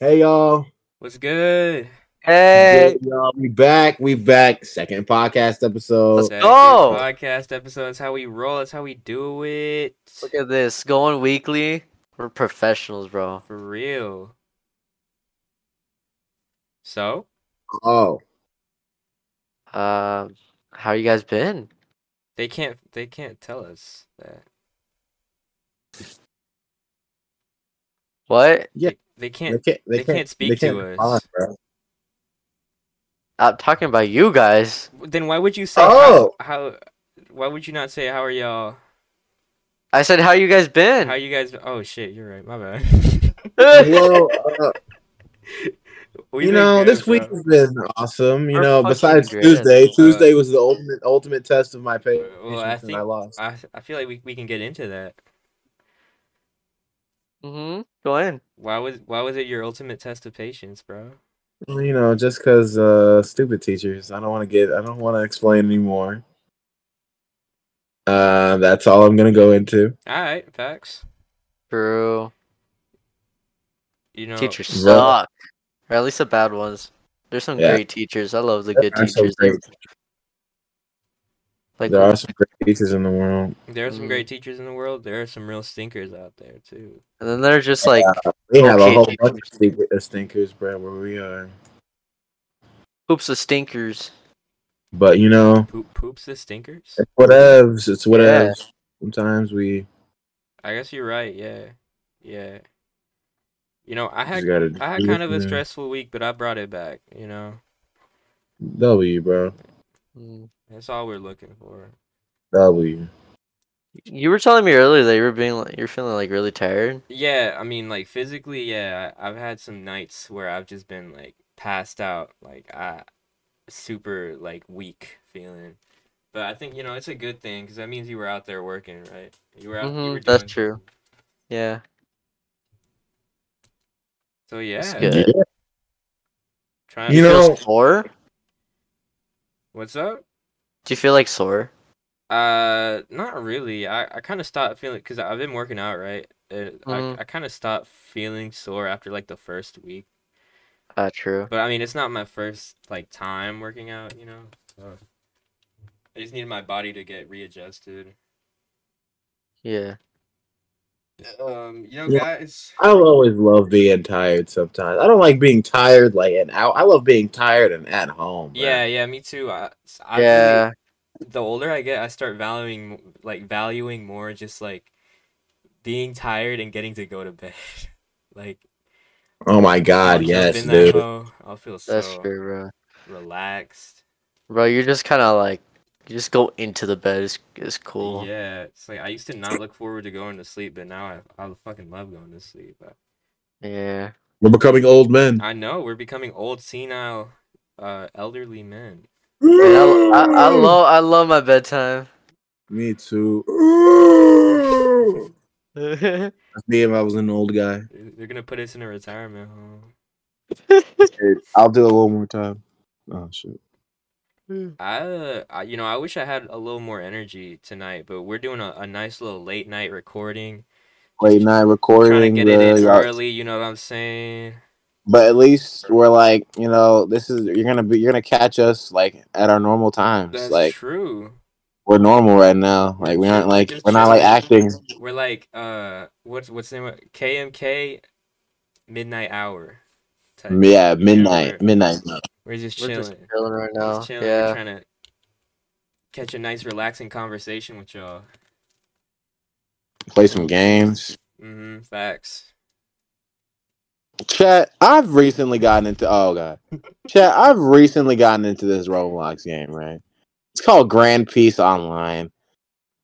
Hey y'all. What's good? Hey, Yeah, y'all. We back. We back. Second podcast episode. Let's Second go. Podcast episode. That's how we roll. That's how we do it. look at this. Going weekly. We're professionals, bro. For real. So, Oh, Um, how you guys been? they can't they can't tell us that. What? They they can't can't. They, they can't speak to us. respond, bro. I'm talking about you guys. then why would you say Oh. how, how why would you not say how are y'all I said, how you guys been? how you guys oh shit, you're right. My bad. well, uh, We've you been know, good, this week bro. has been awesome. You We're know, fucking besides good. Tuesday, Tuesday was the ultimate ultimate test of my pa- patience, Well, I and I think- lost. I I feel like we, we can get into that. mm-hmm. Go in. Why was why was it your ultimate test of patience, bro? You know, just because uh, stupid teachers. I don't want to get. I don't want to explain anymore. Uh, that's all I'm gonna go into. All right, facts. True. You know, Teachers Bro. suck. Or at least the bad ones. There's some Yeah. great teachers. I love the good There are some teachers. great- Like There are some great teachers in the world. There are some Mm. great teachers in the world. There are some real stinkers out there too. and then they're just like We have a Okay, whole teachers. bunch of secret of stinkers, bro, where we are. hoops of stinkers. But you know, Poop poops the stinkers. it's whatevs. It's Yeah. whatevs. Sometimes we I guess you're right. Yeah, yeah. You know, I just had gotta. I had do kind of what a we do. stressful week, but I brought it back. You know, W, bro. Mm. that's all we're looking for. W. You were telling me earlier that you were being like, you're feeling like really tired. Yeah, I mean, like physically, yeah. I, I've had some nights where I've just been like passed out, like I super like weak feeling. But I think you know it's a good thing because that means you were out there working, right? You were out. you Mhm, were that's doing true. something. Yeah. So yeah, good. Yeah. Yeah. trying. You You know- feel sore? what's up? Do you feel like sore? Uh, not really. I, I kind of stopped feeling because I've been working out, right? It, Mhm. I, I kind of stopped feeling sore after like the first week. Ah, true. But I mean, it's not my first like time working out, you know. So I just needed my body to get readjusted. Yeah. Um, you know, Yeah. guys. I always love being tired. Sometimes I don't like being tired like an out. I love being tired and at home. bro. Yeah, yeah, me too. I, I really- yeah. the older I get, I start valuing like valuing more just like being tired and getting to go to bed. Like Oh my God, once I've yes, been that dude. low, I'll feel That's so true, bro. relaxed. Bro, you're just kind of like, you just go into the bed. It's, it's cool. Yeah, it's like I used to not look forward to going to sleep, but now I, I fucking love going to sleep. Yeah. We're becoming old men. I, I know we're becoming old, senile, uh, elderly men. Man, I, I, I love I love my bedtime. Me too. Dude, That's me if I was an old guy. They're gonna put us in a retirement home. I'll do it one more time. Oh shit. I, uh, I, you know, I wish I had a little more energy tonight, but we're doing a, a nice little late night recording, Late night recording. trying to get it in bro. early. You know what I'm saying? but at least we're like, you know, this is you're gonna be you're gonna catch us like at our normal times. That's like true. we're normal right now. Like we aren't like we're not like acting. We're like, uh, what's what's the name? of it? KMK, midnight hour. Type. Yeah, midnight, we're- midnight. no. We're just We're chilling. just chilling right now. Just chilling. We're yeah. trying to catch a nice, relaxing conversation with y'all. Play some games. Mm-hmm. Facts. Chat. I've recently gotten into. Oh god. Chat. I've recently gotten into this Roblox game. Right. It's called Grand Peace Online.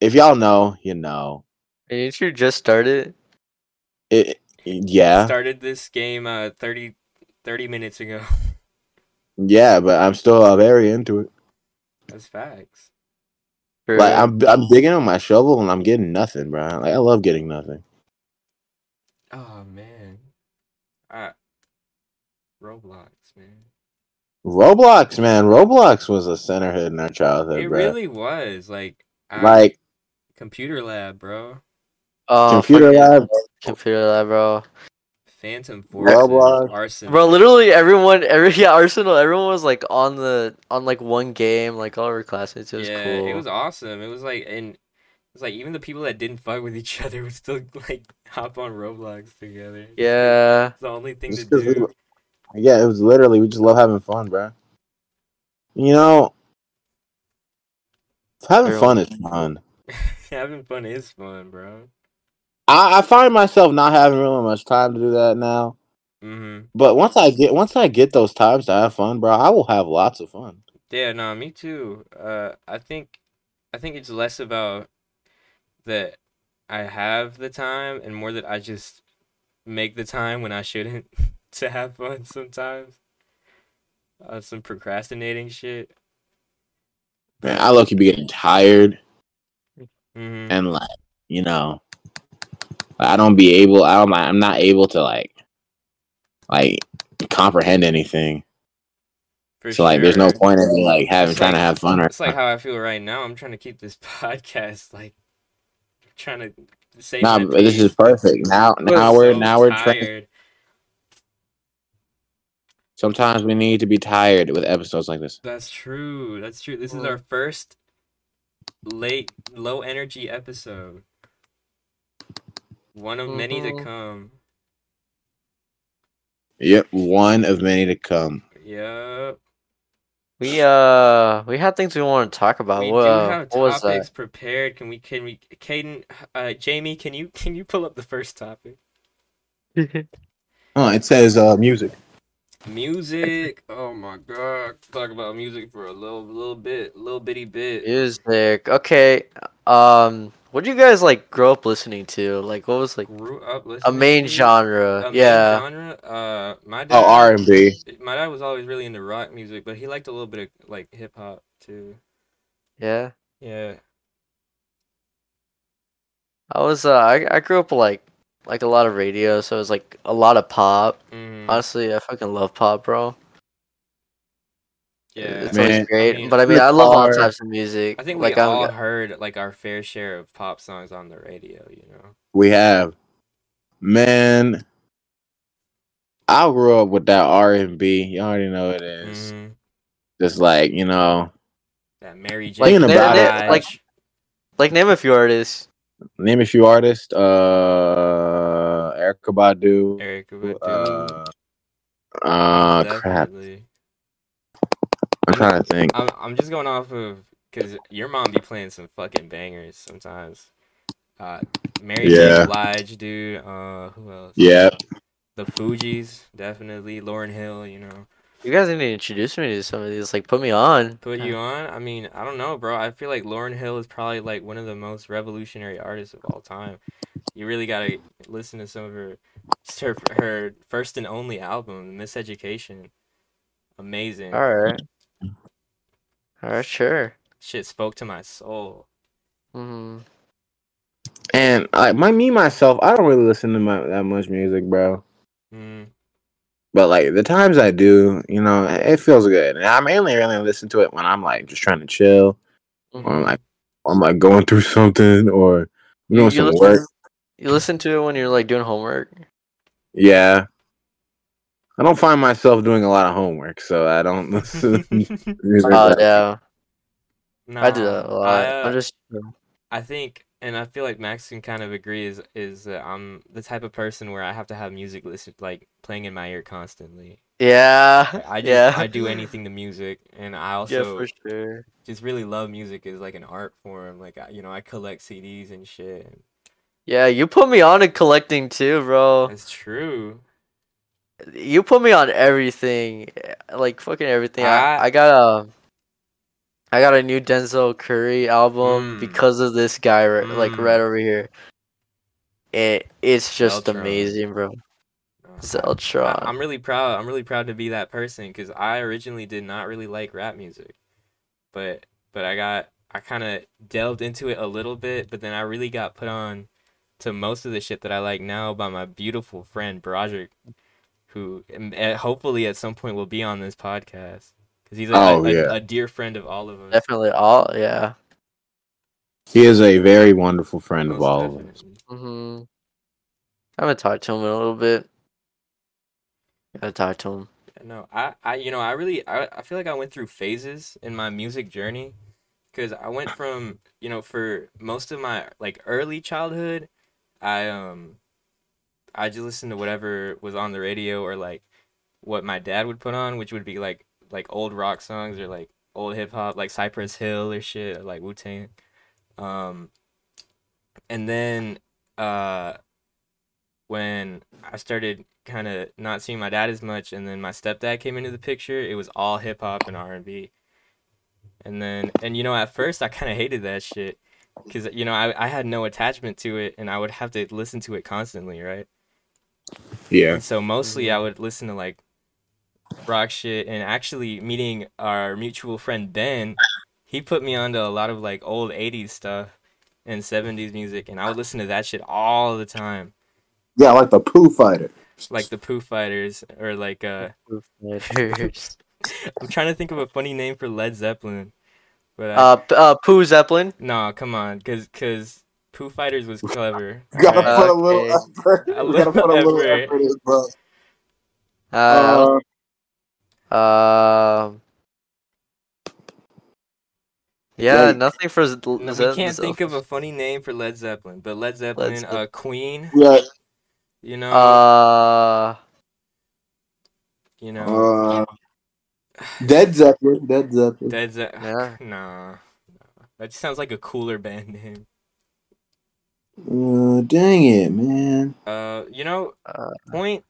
If y'all know, you know. And didn't you just start it? It. Yeah. Started this game uh 30, 30 minutes ago. Yeah. But I'm still uh, very into it. That's facts. True. Like I'm. I'm digging on my shovel and I'm getting nothing, bro. Like I love getting nothing. Oh man. I Roblox, man. Roblox, man. Roblox was a center hit in our childhood, it bro. really was like I- like computer lab, bro. Oh, computer fucking lab. Computer lab, bro. Phantom Forces. Roblox. Arson. Bro, literally everyone, every yeah, Arsenal, everyone was like on the on like one game, like all of our classmates. It was yeah, cool. it was awesome. It was like and it was like even the people that didn't fight with each other would still like hop on Roblox together. It's yeah, the only thing to Just 'cause we do. were- yeah, it was literally we just love having fun, bro. You know, having Real. fun is fun. Having fun is fun, bro. I, I find myself not having really much time to do that now. Mm-hmm. But once I get once I get those times to have fun, bro, I will have lots of fun. Yeah, no, me too. Uh, I think, I think it's less about that I have the time and more that I just make the time when I shouldn't to have fun sometimes. Uh, some procrastinating shit. Man, I look you be getting tired Mm-hmm. and like you know, I don't be able. I don't. I'm not able to like, like comprehend anything. For so like, there's no sure. point in like having It's trying to like- have fun or It's like how I feel right now. I'm trying to keep this podcast like trying to say Nah, but this is perfect. Now, now we're now we're trained. Sometimes we need to be tired with episodes like this. That's true. That's true. This is Mm. our first late, low energy episode. One of many to Mhm. come. Yep, one of many to come. Yep. we uh we had things we wanted to talk about. we what, do uh, have what was topics that? prepared. Can we? Can we? Caden, uh, Jamie, can you? Can you pull up the first topic? Oh, it says uh, music. Music. Oh my god. Talk about music for a little, little bit, little bitty bit. Music. Okay. Um, what do you guys like grow up listening to? Like, what was like Grew up a listening main to- genre? a main yeah. genre. Uh, my dad. Oh, R and B. My dad was always really into rock music, but he liked a little bit of like hip hop too. Yeah. Yeah. I was uh I, I grew up like like a lot of radio, so it was like a lot of pop. Mm, Honestly, I fucking love pop, bro. yeah. It's Man. always great. I mean, but I mean, I love all Guitar. types of music. I think we like um, all I'm, heard like our fair share of pop songs on the radio. You know. We have, man. I grew up with that R and B. You already know it is. Mhm. Just like you know, That Mary J. Like, Thinking about it, Blige. like- like name a few artists. name a few artists. Uh, Erica Badu. Erica Badu. Uh, Oh, uh crap. definitely. I'm trying to think. I'm, I'm just going off of because your mom be playing some fucking bangers sometimes. Uh, Mary Yeah. J. Blige, dude. Uh, who else? Yeah, The Fugees, definitely. Lauren Hill, you know. You guys need to introduce me to some of these. Like, put me on. Put you on. I mean, I don't know, bro. I feel like Lauren Hill is probably like one of the most revolutionary artists of all time. You really gotta listen to some of her, her, her first and only album, Miseducation. Amazing. All right. All right, sure. Shit spoke to my soul. hmm and like my me myself, I don't really listen to my, that much music, bro. Mm. But like the times I do, you know, it feels good. And I mainly really listen to it when I'm like just trying to chill, or I'm like, or I'm like going through something, or you know, some Mm-hmm. listen, work. you listen to it when you're like doing homework. Yeah, I don't find myself doing a lot of homework, so I don't listen. to music Uh, Oh that- yeah, I do Nah, that a lot. I, uh, I'm just I think, and I feel like Max can kind of agree is is uh, I'm the type of person where I have to have music listen like playing in my ear constantly. yeah, I just yeah. I do anything to music, and I Yeah, also for sure. just really love music as like an art form. Like I, you know, I collect CDs and shit. Yeah, you put me on to collecting too, Oh. bro. That's true. You put me on everything, like fucking everything. I, I- I got a, I got a new Denzel Curry album Mm. because of this guy, right, like Mm. right over here. It it's just Zeltron. amazing, bro. Uh, I, Zeltron. I'm really proud. I'm really proud to be that person because I originally did not really like rap music, but but I got I kind of delved into it a little bit, but then I really got put on to most of the shit that I like now by my beautiful friend Broderick, who um, eh, hopefully at some point will be on this podcast because he's a, Oh, a, yeah. a dear friend of all of us. Definitely all, yeah. He is a very wonderful friend of Most all of us. Mm-hmm. definitely. hmm I'm gonna talk to him in a little bit. gotta talk to him. No, I, I, you know, I really, I, I feel like I went through phases in my music journey, because I went from, you know, for most of my like early childhood, I um, I just listened to whatever was on the radio or like, what my dad would put on, which would be like like old rock songs or like old hip hop, like Cypress Hill or shit, or, like Wu Tang, um, and then uh, when I started kind of not seeing my dad as much and then my stepdad came into the picture it was all hip hop and r&b and then and you know at first i kind of hated that shit because you know I, I had no attachment to it and i would have to listen to it constantly right Yeah. and so mostly i would listen to like rock shit and actually meeting our mutual friend ben he put me onto a lot of like old 80s stuff and 70s music and i would listen to that shit all the time Yeah, like the Pooh Fighter. like the poo fighters or like uh uh, I'm trying to think of a funny name for Led Zeppelin, but I, P- uh, Pooh Zeppelin. no, come on, cause cause Pooh Fighters was clever. You gotta alright? put a little Okay. effort. A You gotta little put a little effort. effort in, bro. Uh, Uh, uh, yeah, yeah. nothing for. Z- No, Ze- we can't Ze- think of a funny name for Led Zeppelin, but Led Zeppelin, Zeppelin. uh, Queen, yeah. you know, Uh, you know, Uh, Dead Zeppelin. Dead Zeppelin. Dead Ze- yeah. nah, that just sounds like a cooler band name. Uh, dang it, man. Uh, you know, Uh. point.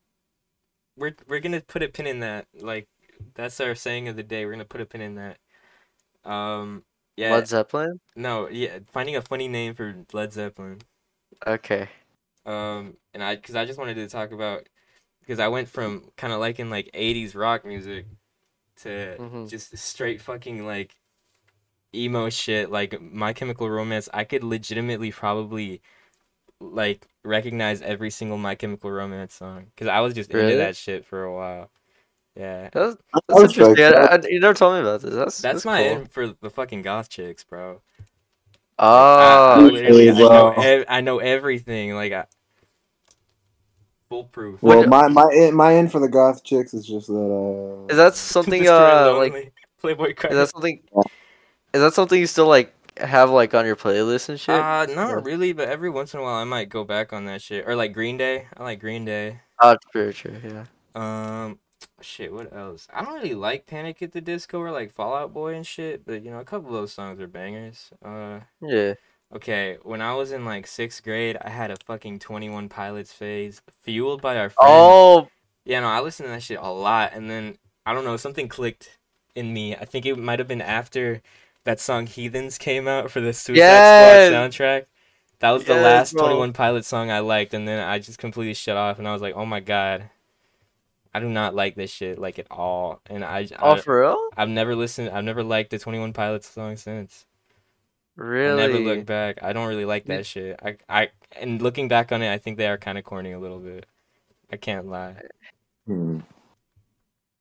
We're we're gonna put a pin in that. Like that's our saying of the day. We're gonna put a pin in that. Um, yeah. Led Zeppelin. No, yeah, finding a funny name for Led Zeppelin. Okay. Um, and I, because I just wanted to talk about, because I went from kind of liking like 80s rock music to Mhm. just straight fucking like emo shit, like My Chemical Romance. I could legitimately probably like recognize every single My Chemical Romance song because I was just Really? into that shit for a while. Yeah, That's, I that's respect interesting. I, Uh, that. I, you never told me about this. That's that's that's my cool. in for the fucking goth chicks, bro. I, I Oh, would- literally- I Okay, know, well- ev- I know everything. Like, I, foolproof. Well, What- my my in, my end for the goth chicks is just that. Uh, is that something? Uh, like like Playboy is Cardi. that something? Is that something you still like have like on your playlist and shit? Uh, Yeah. not really, but every once in a while I might go back on that shit. Or like Green Day. I like Green Day. oh, true, true. Yeah. Um, shit. What else? I don't really like Panic at the Disco or like Fallout Boy and shit. But you know, a couple of those songs are bangers. Uh, Yeah. okay. When I was in like sixth grade, I had a fucking Twenty One Pilots phase, fueled by our friends. Oh, Yeah, no, I listened to that shit a lot, and then I don't know, something clicked in me. I think it might have been after that song "Heathens" came out for the Suicide Yes! Squad soundtrack. That was the Yes, last bro. Twenty One Pilot song I liked, and then I just completely shut off, and I was like, "Oh my god, I do not like this shit like at all." And I, oh, I for real? I've never listened, I've never liked the Twenty One Pilots song since. I Really? never looked back. I don't really like You- that shit. I, I, and looking back on it, I think they are kind of corny a little bit. I can't lie. hmm.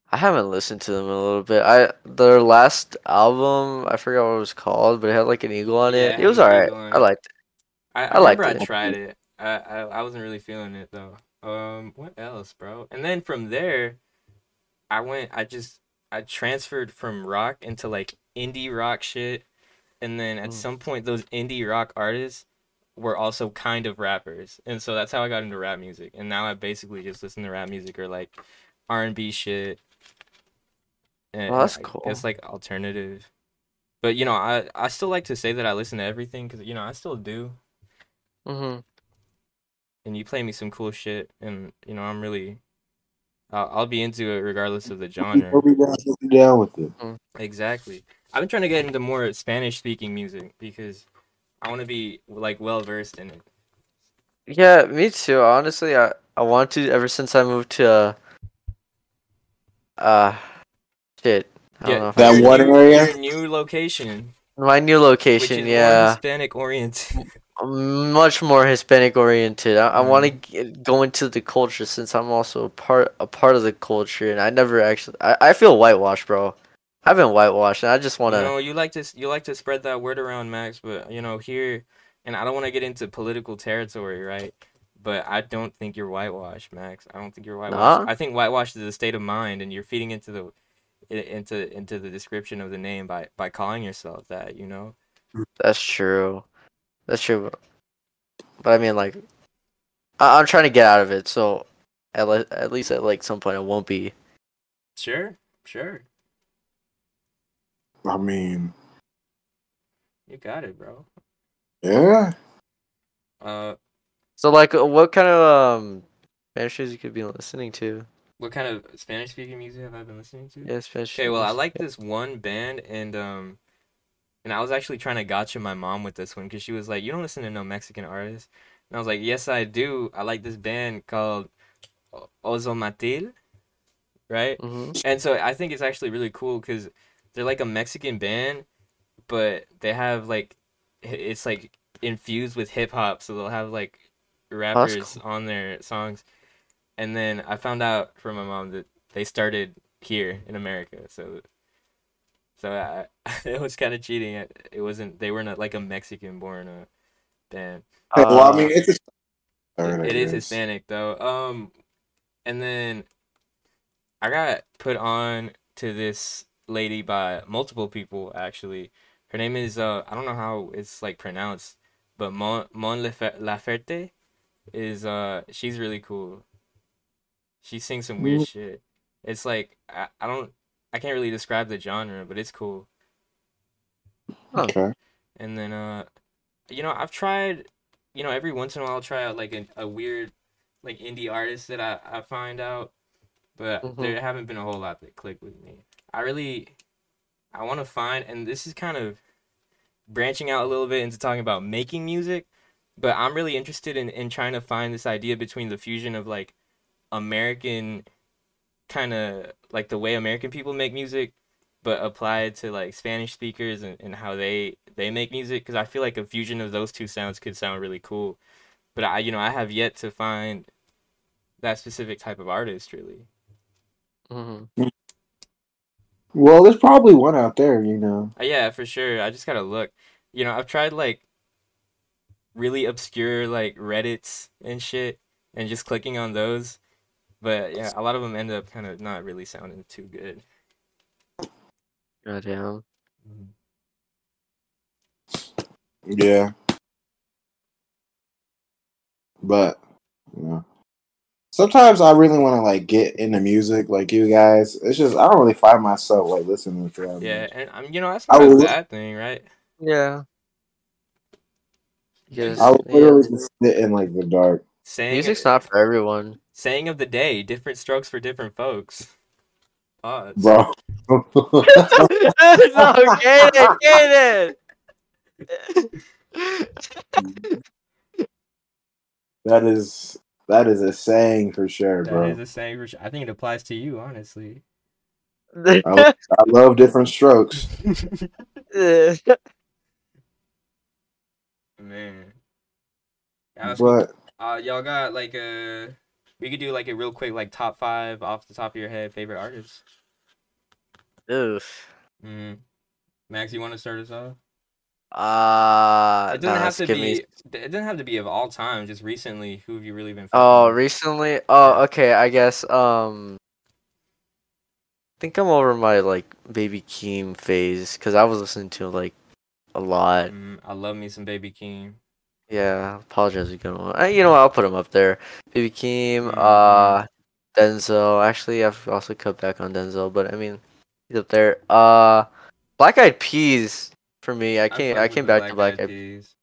I haven't listened to them in a little bit. I their last album, I forgot what it was called, but it had like an eagle on Yeah, it it. had It was an alright. eagle on I it. liked it. I, I, I liked remember I it. tried it. I, I I wasn't really feeling it though. Um, what else, bro? And then from there, I went. I just I transferred from rock into like indie rock shit, and then at Mm. some point, those indie rock artists were also kind of rappers, and so that's how I got into rap music. And now I basically just listen to rap music or like R and B shit. And Well, that's I cool. guess like alternative, but you know, I I still like to say that I listen to everything because you know I still do Mm-hmm. and you play me some cool shit, and you know I'm really, I'll, I'll be into it regardless of the genre. We'll be down, we'll be down with it. Exactly. I've been trying to get into more Spanish speaking music because I want to be like well versed in it. Yeah, me too. Honestly, I I want to ever since I moved to uh, uh shit. I don't know if That I- one new, area? your new location, my new which is location, more yeah, Hispanic oriented. much more Hispanic oriented. I, I want to Mm-hmm. go into the culture since I'm also a part a part of the culture, and I never actually I, I feel whitewashed, bro. I've been whitewashed, and I just you want to. know, you like to s- you like to spread that word around, Max, but you know here, and I don't want to get into political territory, right? but I don't think you're whitewashed, Max. I don't think you're whitewashed. Nah. I think whitewashed is a state of mind, and you're feeding into the i- into into the description of the name by by calling yourself that. You know, That's true. That's true. But I mean, like, I- I'm trying to get out of it, so at, le- at least at like some point it won't be. sure, sure, I mean, you got it, bro. yeah. Uh, So like, uh, what kind of um Spanish music you could be listening to? what kind of Spanish speaking music have I been listening to? Yeah, Spanish. Okay, well, I music. like this one band, and um, and I was actually trying to gotcha my mom with this one because she was like, "You don't listen to no Mexican artists," and I was like, "Yes, I do. I like this band called O- Ozomatil, right?" Mhm. And so I think it's actually really cool because they're like a Mexican band, but they have like h- it's like infused with hip hop, so they'll have like rappers on their songs. And then I found out from my mom that they started here in America, so so I, it was kind of cheating. It, it wasn't they weren't like a Mexican born uh, band. Hey, well, Uh, I mean, it's just. It is Hispanic though. Um, and then I got put on to this lady by multiple people actually. Her name is uh I don't know how it's like pronounced, but Mon Mon Lefer- Laferte is uh she's really cool. She sings some weird shit. It's like I, I don't I can't really describe the genre, but it's cool. Okay. And then uh you know, I've tried you know, every once in a while I'll try out like a, a weird like indie artist that I, I find out but Mhm. there haven't been a whole lot that click with me. I really I wanna find and this is kind of branching out a little bit into talking about making music, but I'm really interested in, in trying to find this idea between the fusion of like American kind of like the way American people make music, but applied to like Spanish speakers and, and how they they make music. Because I feel like a fusion of those two sounds could sound really cool, but I you know I have yet to find that specific type of artist really. mhm. Well, there's probably one out there, you know. Uh, Yeah, for sure. I just gotta look. You know, I've tried like really obscure like Reddits and shit and just clicking on those. But yeah, a lot of them end up kind of not really sounding too good. Goddamn. Yeah. But, you know. Sometimes I really want to like get into music, like you guys. It's just I don't really find myself like listening to them. Yeah, and I'm you know, that's I not a will- bad thing, right? Yeah. Because, I would yeah, literally just sit in like the dark. Saying music's not for everyone. saying of the day, different strokes for different folks. Pause. Bro. no, get it, get it. that is that is a saying for sure, That bro. is a saying for sure. I think it applies to you, honestly. I, I love different strokes. Man. That was But Uh, y'all got like a. We could do like a real quick like top five off the top of your head favorite artists. Oof. Mm. Max, you want to start us off? Uh, It doesn't nah, have let's to give be. me- It doesn't have to be of all time. Just recently, who have you really been? Oh, fucking with? recently? Oh, okay. I guess um I think I'm over my like Baby Keem phase cuz I was listening to like a lot. Mm, I love me some Baby Keem. Yeah, apologize a good one. I, Uh, you know, what, I'll put him up there. Baby Keem, Mhm. uh Denzel. Actually, I've also cut back on Denzel, but I mean, he's up there. Uh Black Eyed Peas for me. I came fuck I, with came the back to Black Eyed Eyed Peas.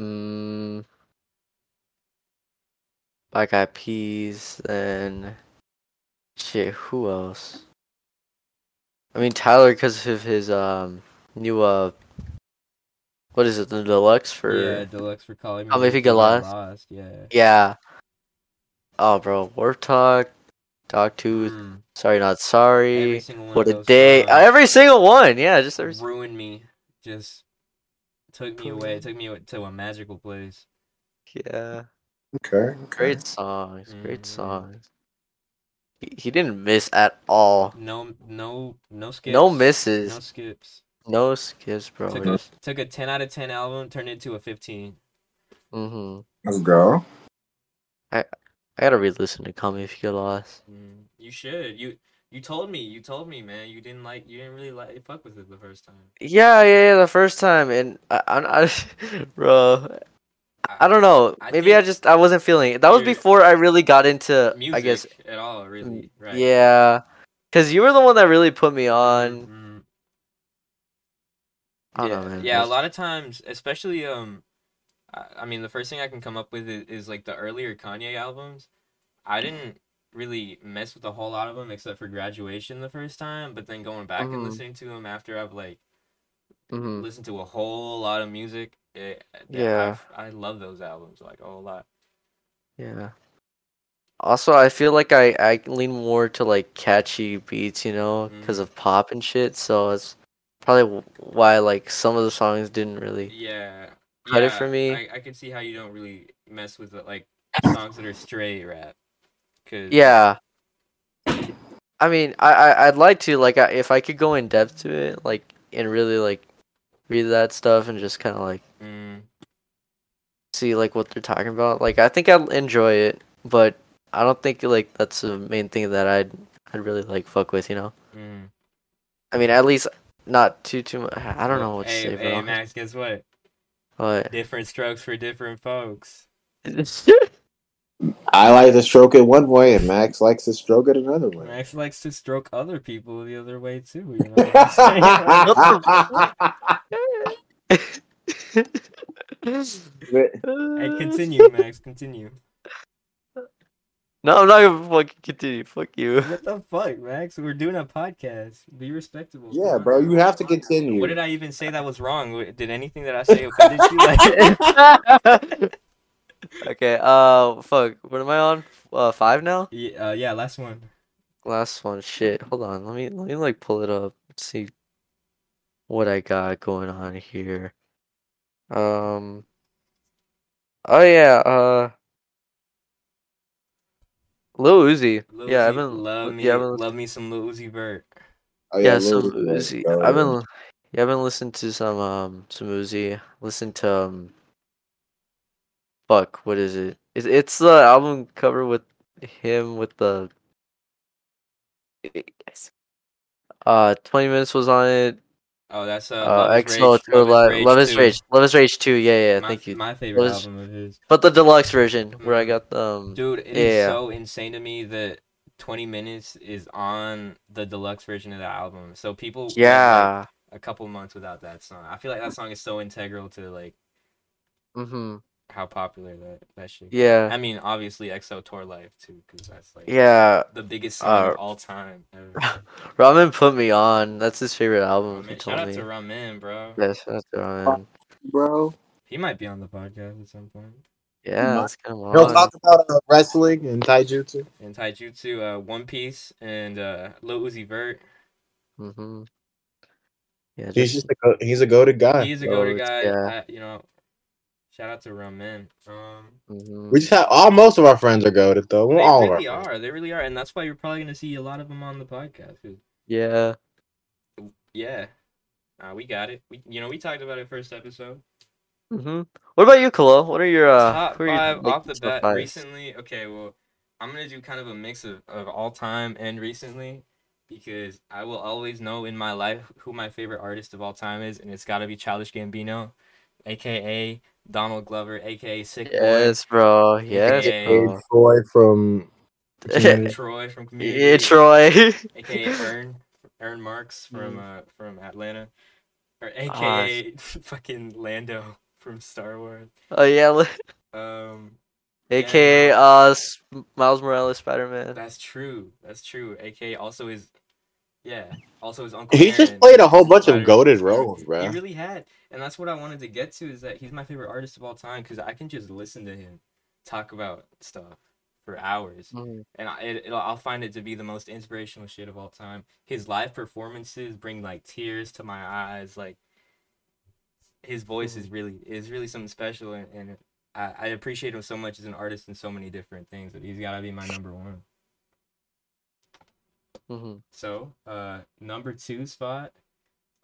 Mm. Black Eyed Peas, then shit. Who else? I mean Tyler, because of his um new uh, what is it? The deluxe for Yeah, deluxe for calling me. Oh, If You Get Lost? Yeah. Yeah. Oh, bro, Warp Talk, Dog Tooth. Mm, Sorry, not every sorry. single one What of a those day! uh, songs. Every single one, yeah, just every. single ruined me. Just took me away. Took me to a magical place. Yeah, okay, okay. great songs, great Mhm. songs. He, he didn't miss at all. No, no, no skips. No No misses. skips. No skips, bro. Took a, took a 10 out of 10 album, turned it into a 15. Mm-hmm. Let's go. I gotta re-listen to "Come If You Get Lost." Mm, You should. You you told me. You told me, man. You didn't like. You didn't really like. Fuck with it the first time. Yeah, yeah, yeah, the first time, and I, I, I bro, I don't know. I Maybe I think- just I wasn't feeling it. That was Dude. before I really got into. Music I guess. at all, really. Right. Yeah, because you were the one that really put me on. Mhm. I yeah, don't know, man. yeah, a That's- lot of times, especially um, I, I mean, the first thing I can come up with is, is like the earlier Kanye albums. I didn't really mess with a whole lot of them except for graduation the first time, but then going back and Mhm. listening to them after I've like Mhm. listened to a whole lot of music. It, Yeah. i I love those albums like a whole lot. Yeah. Also, I feel like I I lean more to like catchy beats, you know, Mm-hmm. because of pop and shit. So it's probably wh- why like some of the songs didn't really. Yeah. Cut it yeah, for me. I, I can see how you don't really mess with like songs that are straight rap. Cause Yeah. I mean, I, I I'd like to like I, if I could go in depth to it, like and really like read that stuff and just kind of like mm, see like what they're talking about. Like I think I'd enjoy it, but I don't think like that's the main thing that I'd I'd really like fuck with, you know. mm. I mean, at least not too too much. I don't know what to hey, say, Hey, bro. Max, guess what? But Different strokes for different folks. I like to stroke it one way, and Max likes to stroke it another way. Max likes to stroke other people the other way too. You know what I'm saying? Like, hey, continue, Max. Continue. No, I'm not gonna fucking continue. Fuck you. What the fuck, Max? We're doing a podcast. Be respectable. yeah, bro, you have to continue. What did I even say that was wrong? What- Did anything that I say offended you? Like, okay. Uh, fuck. What am I on? Uh, five now. yeah, uh, yeah, last one. Last one. Shit. Hold on. Let me let me like pull it up. Let's see what I got going on here. Um. Oh yeah. Uh. Lil Uzi. Lil yeah, I've Uzi, been. love li- me, yeah, I've been. love me some Lil Uzi Vert. Oh, yeah, Lil some Uzi Vert, Uzi. bro. I've been. Yeah, I've been listening to some um some Uzi. Listen to um. Fuck. What is it? It's it's the album cover with him with the. Uh, twenty minutes was on it. Oh, that's uh, Uh, Love is XL Rage- Tour Li- Love is 2. Rage. Love is Rage Two. Yeah, yeah. my, thank you. My favorite Love is- album of his. But the deluxe version where I Mhm. got the. Um, Dude, it is Yeah. so insane to me that 20 minutes is on the deluxe version of the album. So people went, like, yeah. a couple months without that song. I feel like that song is so integral to like Mm-hmm. how popular that that shit. Yeah. I mean, obviously EXO tour life too, because that's like Yeah. the biggest song Uh, of all time. Ever. Ramen put me on. That's his favorite album. he Ramen- told Shout out me. to Ramen, bro. Yeah, shout out to Ramen. bro. He might be on the podcast at some point. Yeah, Mike. let's get him He'll on. talk about uh, wrestling and taijutsu. And Taijutsu, uh, One Piece, and uh, Lil Uzi Vert. Mm-hmm. Yeah, He's just, just a go- he's a go-to guy. He's a bro. go-to guy. Uh, yeah. I- you know, shout out to Ramen. Um, mhm. We just have all most of our friends are goaded though. Well, they all really of our friends. are. They really are, and that's why you're probably gonna see a lot of them on the podcast. 'cause- yeah, Yeah, uh, we got it. We, you know, we talked about it first episode. hmm What about you, Kalo? What are your uh, top who are your, five like, off the top bat fives? recently. Okay, well, I'm gonna do kind of a mix of, of all time and recently because I will always know in my life who my favorite artist of all time is, and it's gotta be Childish Gambino, aka Donald Glover, aka Sick Yes, bro. Yes, Yeah. bro. Troy from Boy, Community. Troy from Community, yeah, Troy. aka Earn Earn Marks from uh, from Atlanta, or Ah, aka fucking Lando from Star Wars. oh yeah, li- Um, aka no. uh, S- Miles Morales, Spider Man. That's true. That's true. AK also is, yeah, also his uncle. He's just Aaron played a whole from bunch of Spider-Man. goaded roles, He bro. really had, and that's what I wanted to get to is that he's my favorite artist of all time because I can just listen to him talk about stuff for hours, Mm-hmm. and I, it, it'll, I'll find it to be the most inspirational shit of all time. His live performances bring like tears to my eyes. Like his voice is really is really something special, and, and I, I appreciate him so much as an artist in so many different things. But he's gotta be my number one. Mm-hmm. So, uh, number two spot,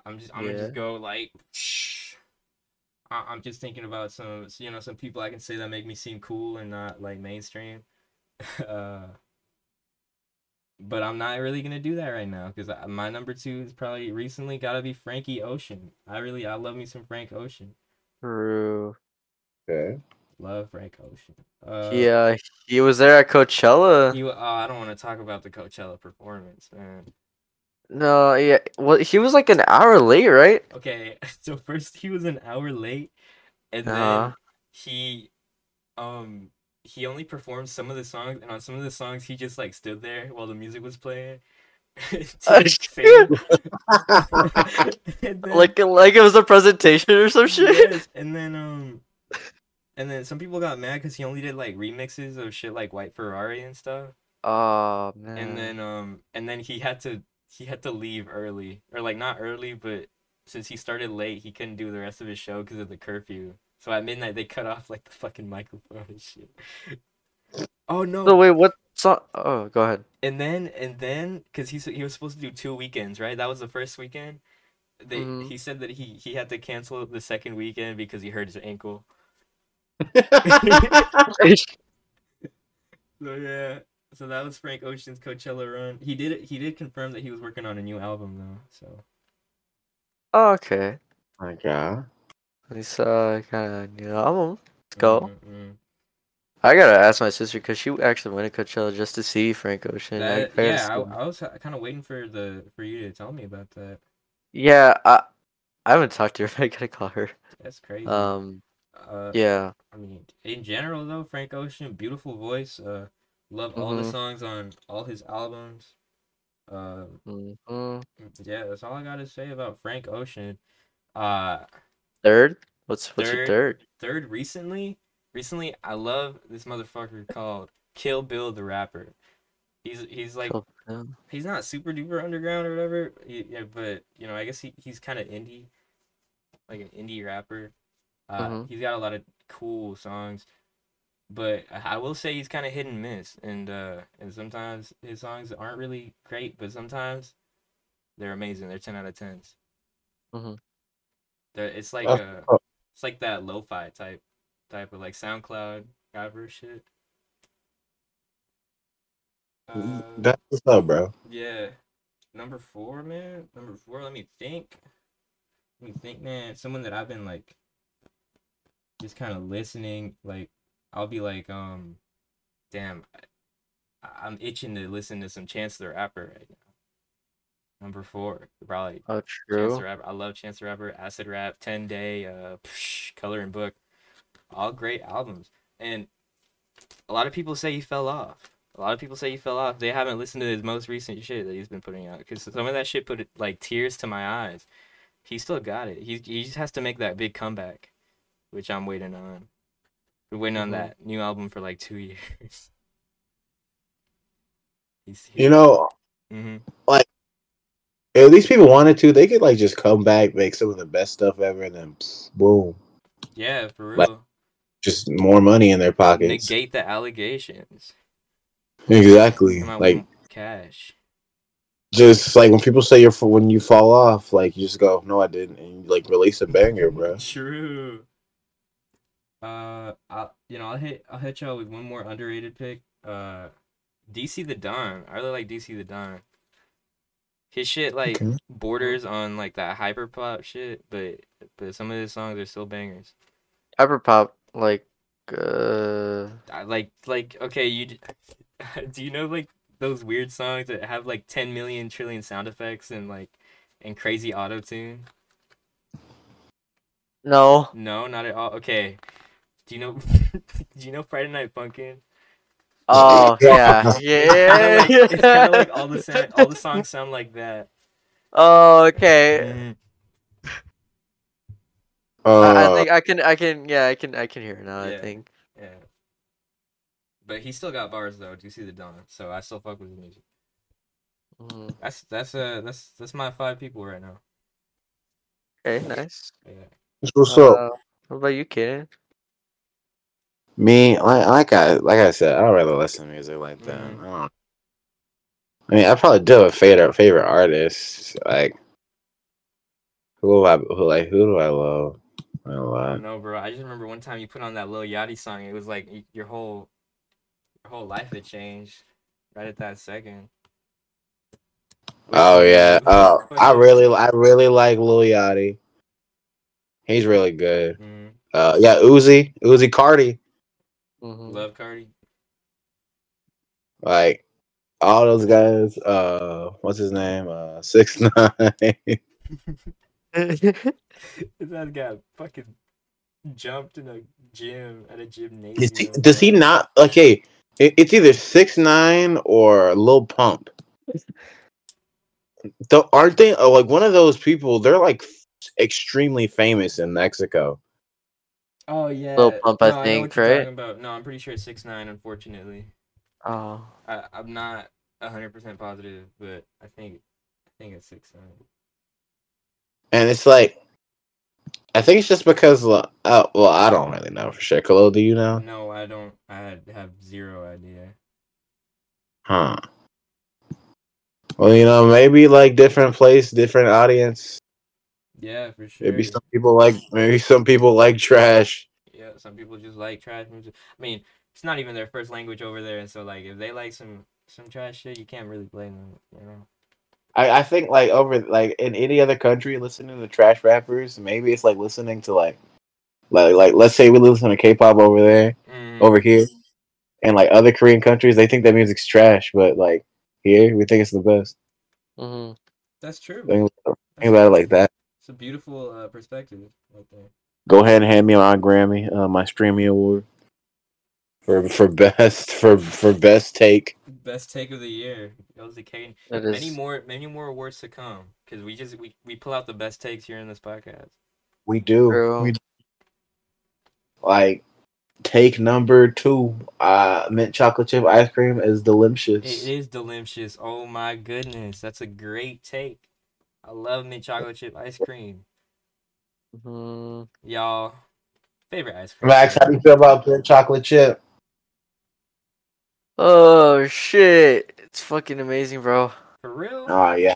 I'm just I'm gonna Yeah. just go like, shh. I- I'm just thinking about some, you know, some people I can say that make me seem cool and not like mainstream. uh, but I'm not really gonna do that right now because my number two is probably recently gotta be Frankie Ocean. I really, I love me some Frank Ocean. True. Okay. Love Frank Ocean. Uh, yeah, he was there at Coachella. He, wa- oh, I don't want to talk about the Coachella performance, man. No, yeah, well, he was like an hour late, right? Okay, so first he was an hour late, and Uh-huh. then he, um, he only performed some of the songs, and on some of the songs he just like stood there while the music was playing. Oh, didn't sing. And then- Like, like it was a presentation or some shit. Yes, and then um, and then some people got mad because he only did like remixes of shit like White Ferrari and stuff. Oh man. and then um and then he had to he had to leave early or like not early but since he started late he couldn't do the rest of his show because of the curfew so at midnight they cut off like the fucking microphone and shit oh no So wait, what song? Oh, go ahead. and then and then because he said he was supposed to do two weekends right that was the first weekend they Mhm. he said that he he had to cancel the second weekend because he hurt his ankle so yeah so that was frank ocean's coachella run he did he did confirm that he was working on a new album though so Oh, okay. My God. At least uh, kind of new album. Go. Mm, mm, mm. I gotta ask my sister because she actually went to Coachella just to see Frank Ocean. I That- gotta yeah, I, see- I was kind of waiting for the for you to tell me about that. yeah. I, I haven't talked to her. I gotta call her. That's crazy. Um, Mm-hmm. uh, yeah. I mean, in general though, Frank Ocean, beautiful voice. Uh, love all the Mhm. songs on all his albums. Um, Mhm. yeah, that's all I gotta say about Frank Ocean. Uh, Third. What's what's your Third. third? third recently, recently I love this motherfucker called Kill Bill the rapper. He's he's like Cool. Um, he's not super duper underground or whatever. y- Yeah, but you know, I guess he, he's kind of indie, like an indie rapper. Uh, Mhm. He's got a lot of cool songs, but I I will say he's kind of hit and miss, and uh, and sometimes his songs aren't really great, but sometimes they're amazing. They're ten out of 10s Mhm. They're, it's like That's uh, cool. it's like that lo-fi type type of like SoundCloud rapper shit. Uh, That's what's up, bro. yeah. Number four, man. Number four, let me think. Let me think, man. Someone that I've been like just kind of listening, like I'll be like, um, damn, I- I'm itching to listen to some Chance the Rapper right now. Number four, probably Oh, Chance the true. Rapper. I love Chance the Rapper, Acid Rap, 10 Day, uh, psh, Color and Book. All great albums. And a lot of people say he fell off. A lot of people say he fell off. They haven't listened to his most recent shit that he's been putting out because some of that shit put like tears to my eyes. He still got it. He, he just has to make that big comeback, which I'm waiting on. We're waiting on Mhm. that new album for like two years. he's, You know, hmm if these people wanted to, they could like just come back, make some of the best stuff ever, and then pss, boom, yeah, for real. Like, just more money in their pockets. Negate the allegations. Exactly. Come out Like with cash. just like when people say you're f- when you fall off, like you just go, no, I didn't, and you like release a banger, bro. True. Uh, I you know I'll hit I'll hit y'all with one more underrated pick. Uh, DC the Don. I really like DC the Don. His shit like Okay. borders on like that hyper pop shit, but but some of his songs are still bangers. Hyper pop like. Uh, I like like okay you d- do you know like those weird songs that have like ten million trillion sound effects and like and crazy auto tune. no. No, not at all. Okay. Do you know do you know Friday Night Funkin'? Oh yeah, Kinda yeah. like- it's kind of like all the sa- all the songs sound like that. Oh, okay. Uh, I, I think I can, I can, yeah, I can, I can hear it now. Yeah. I think. Yeah. But he still got bars though. Do you see the Don? So I still fuck with his music. Mhm. That's that's uh that's that's my five people right now. Okay, nice. Yeah. what's up. Uh, what about you, Kaden? Me, like, like I like I said, I don't really listen to music like that. Mm-hmm. Mhm. I don't. I mean, I probably do have a favorite favorite artist. Like, who do I who like who do I love? Not a I lot. don't know, bro. I just remember one time you put on that Lil Yachty song. It was like y- your whole, your whole life had changed, right at that second. Oh yeah. Oh, I really, I really like Lil Yachty. He's really good. Mhm. Uh, yeah, Uzi, Uzi Cardi, Mhm. love Cardi. like all those guys. Uh, what's his name? Uh, Six Nine. that guy fucking jumped in a gym at a gymnasium. Is he, does he not? Okay, it, it's either Six Nine or Lil Pump. The, aren't they oh, like one of those people? They're like extremely famous in Mexico. Oh yeah, Lil Pump, I know think, what you're talking right? about. No, I'm pretty sure it's six nine. Unfortunately, uh, oh, I, I'm not hundred percent positive, but I think I think it's six nine. And it's like, I think it's just because, uh, uh, well, I don't really know for sure. Khalil, do you know? No, I don't. I had- have zero idea. Huh. Well, you know, maybe like different place, different audience. Yeah, for sure. Maybe some people like, maybe some people like trash. Yeah, some people just like trash music. I mean, it's not even their first language over there, so like if they like some some trash shit, you can't really blame them. You know? I, I think like over like in any other country, listening to trash rappers, maybe it's like listening to like, like like let's say we listen to K-pop over there, Mm, over here, and like other Korean countries, they think that music's trash, but like here we think it's the best. mhm. that's true. Think, That's think about it true. like that. It's a beautiful uh, perspective right there. go ahead and hand me my Grammy, uh, my Streamy Award for for best for for best take. Best take of the year. That was the Kane. That Many is- more, many more awards to come because we just we, we pull out the best takes here in this podcast. We do. True. We do. Like take number two, uh, mint chocolate chip ice cream is It delicious. is delicious. Oh my goodness, that's a great take. I love mint chocolate chip ice cream, Mhm. y'all. Favorite ice cream. Max, how do you feel about mint chocolate chip? Oh shit! It's fucking amazing, bro. For real? Oh yeah,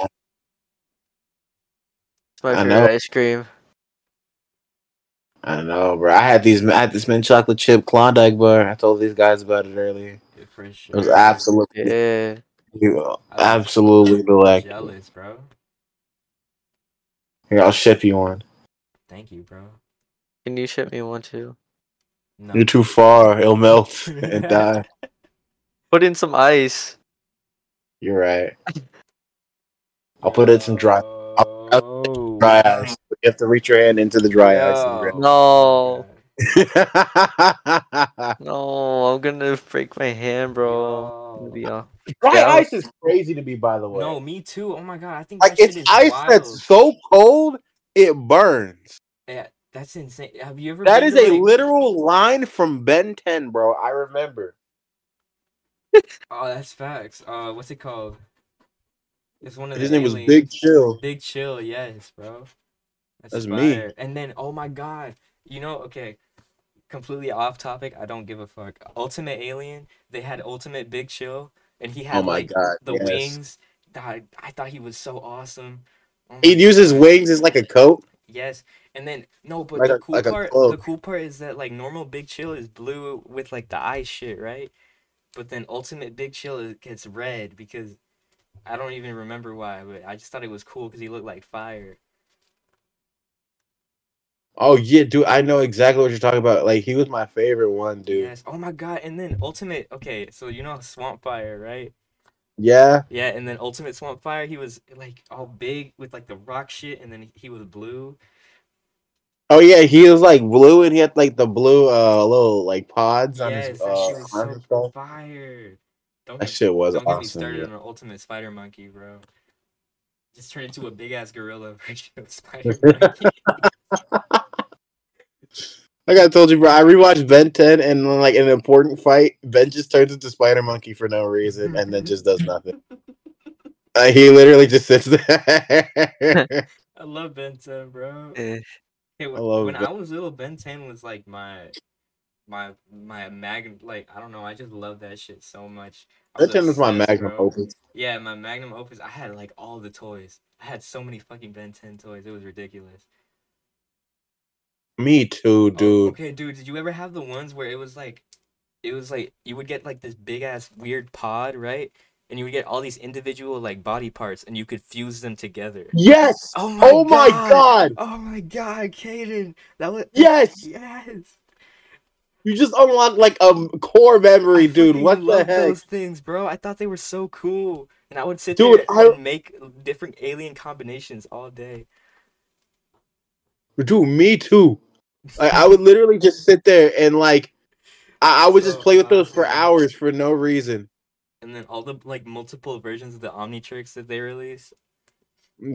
It's my I favorite know. ice cream. I know, bro. I had these. I had this mint chocolate chip Klondike bar. I told these guys about it earlier. Yeah, For sure. It was absolutely, Yeah. absolutely delectable. Jealous, bro. Here, I'll ship you one. Thank you, bro. Can you ship me one too? No. You're too far. It'll melt and die. Put in some ice. You're right. I'll put it in some dry- Oh. Dry ice. You have to reach your hand into the dry ice. and grab- No. Yeah. No, I'm gonna break my hand, bro. I'm gonna Yo. be all- dry Yeah. ice is crazy to me, by the way. No, me too. Oh my god, I think like that shit it's is ice wild. that's so cold it burns. Yeah, that's insane. Have you ever? That been is to, a like- literal line from Ben 10, bro. I remember. Oh, that's facts. Uh, what's it called? It's one of His the name was aliens. Big Chill. Big Chill, yes, bro. That's me. fire. And then, oh my god, you know, okay, completely off topic. I don't give a fuck. Ultimate Alien, they had Ultimate Big Chill, and he had Oh my like God, the yes. wings. I, I thought he was so awesome. Oh He my uses God. wings as like a coat. Yes, and then no, but Like the a- cool like a part, the cloak. cool part is that like normal Big Chill is blue with like the eye shit, right? But then Ultimate Big Chill is, gets red because I don't even remember why, but I just thought it was cool because he looked like fire. Oh yeah, dude. I know exactly what you're talking about. Like he was my favorite one, dude. Yes. Oh my god! And then Ultimate. Okay, so you know Swamp Fire, right? Yeah. Yeah, and then Ultimate Swamp Fire, he was like all big with like the rock shit, and then he was blue. Oh yeah, he was like blue and he had like the blue uh little like pods on yes, his that shit uh was on his so skull. fire. Don't That get- shit was Don't get me awesome. started yeah. on an ultimate spider monkey, bro. Just turn into a big ass gorilla version of spider monkey. Like I told you, bro, I rewatched Ben 10 and then like in an important fight, Ben just turns into Spider Monkey for no reason and then just does nothing. Like, he literally just sits there. I love Ben 10, bro. Eh. Hey, when, love when Ben- I was little, Ben 10 was like my my my magnum. Like I don't know, I just love that shit so much. I ben 10 was my obsessed, magnum bro. opus. Yeah, my magnum opus. I had like all the toys. I had so many fucking Ben 10 toys. It was ridiculous. Me too, Oh, dude. okay, dude, did you ever have the ones where it was like, it was like you would get like this big ass weird pod, right? And you would get all these individual like body parts, and you could fuse them together. Yes. Oh my, Oh my god. Oh my god, Caden, that was Yes. yes. You just unlocked like a m- core memory, I dude. fucking What the love heck? Those things, bro. I thought they were so cool, and I would sit Dude, there I- and make different alien combinations all day. Dude, me too. Like, I would literally just sit there and like, I, I would just So play with those for awesome. hours for no reason. And then all the like multiple versions of the Omnitrix that they release.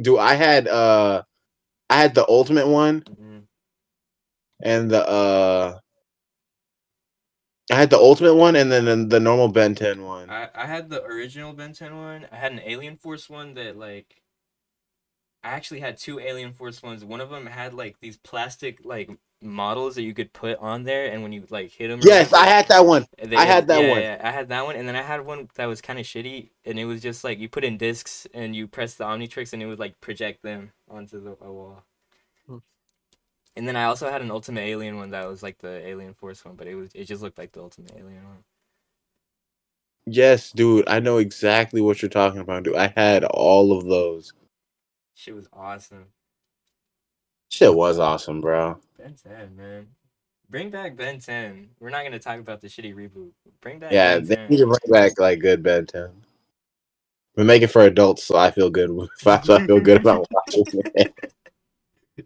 Dude, I had uh, I had the ultimate one Mhm. and the uh, I had the ultimate one and then the, the normal Ben Ten one. I, I had the original Ben 10 one. I had an Alien Force one that like I actually had two Alien Force ones. One of them had like these plastic like models that you could put on there, and when you like hit them, Yes, I had that one. I had that one. Yeah, I had that one, and then I had one that was kind of shitty, and it was just like you put in discs and you press the Omnitrix, and it would like project them onto the a wall. Hmm. And then I also had an Ultimate Alien one that was like the Alien Force one, but it was it just looked like the Ultimate Alien one. Yes, dude, I know exactly what you're talking about, dude. I had all of those. Shit was awesome. Shit was awesome, bro. Ben 10, man. Bring back Ben 10. We're not going to talk about the shitty reboot. Bring back Yeah, they Ben 10. need to bring back like good Ben Ten. We make it for adults, so I feel good. with- I feel good about watching it.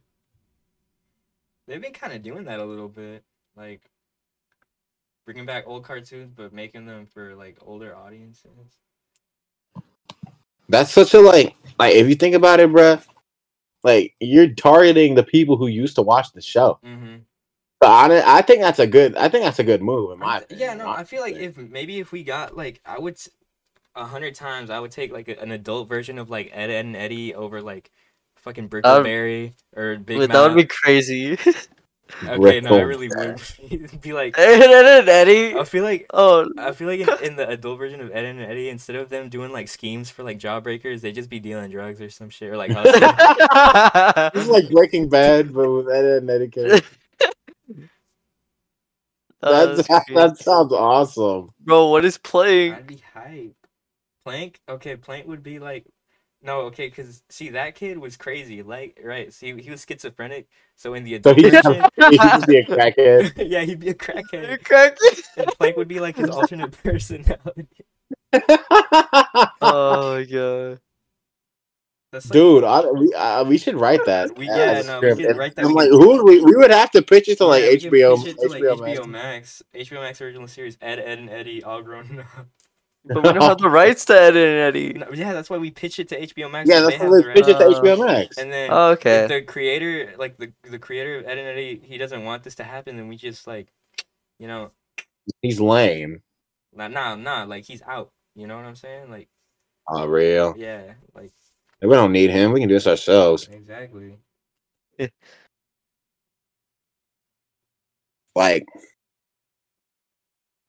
They've been kind of doing that a little bit. Like, bringing back old cartoons, but making them for, like, older audiences. That's such a like like if you think about it, bruh, like you're targeting the people who used to watch the show. Mm-hmm. So honest, I think that's a good. I think that's a good move in my. opinion, yeah, no, I feel like honestly. if maybe if we got, like, I would, s- a hundred times, I would take, like, a, an adult version of, like, Ed, Ed and Eddie over, like, fucking Brickleberry or Big Wait, that would be Mouth. crazy. Okay, no, I Brickle- really would. be like, Eddie. I feel like Oh, I feel like in, in the adult version of Ed and Eddie, instead of them doing like schemes for like jawbreakers, they just be dealing drugs or some shit or like hustling. This is like Breaking Bad, but with Ed and Eddie. Kane. Oh, That's, that that's crazy. sounds awesome. Bro, what is playing? I'd be hype. Plank, okay, Plank would be like, no, okay, because see that kid was crazy, like right, see he was schizophrenic, so in the So adult he just, version, he just be a crackhead. yeah, he'd be a You're crackhead. cracking. And Plank would be like his alternate personality. Oh my god. That's like, Dude, I, we I, we should write that. We- as yeah, a no, we script. could write that. I'm We like, could- who would we, we would have to pitch it to like yeah, we could HBO, pitch it to, HBO, like, Max. HBO Max, HBO Max original series, Ed, Ed, and Eddie, all grown up. But we don't have the rights to Ed and Eddie. No, yeah, that's why we pitch it to HBO Max. Yeah, and that's they have what the they pitch it to Uh, HBO Max. And then Oh, okay. if the creator, like the the creator of Ed and Eddie, he doesn't want this to happen, then we just like, you know, He's lame. nah, nah, nah like he's out. You know what I'm saying? Like, Oh, real. yeah, like We don't need him. We can do this ourselves. exactly. Like.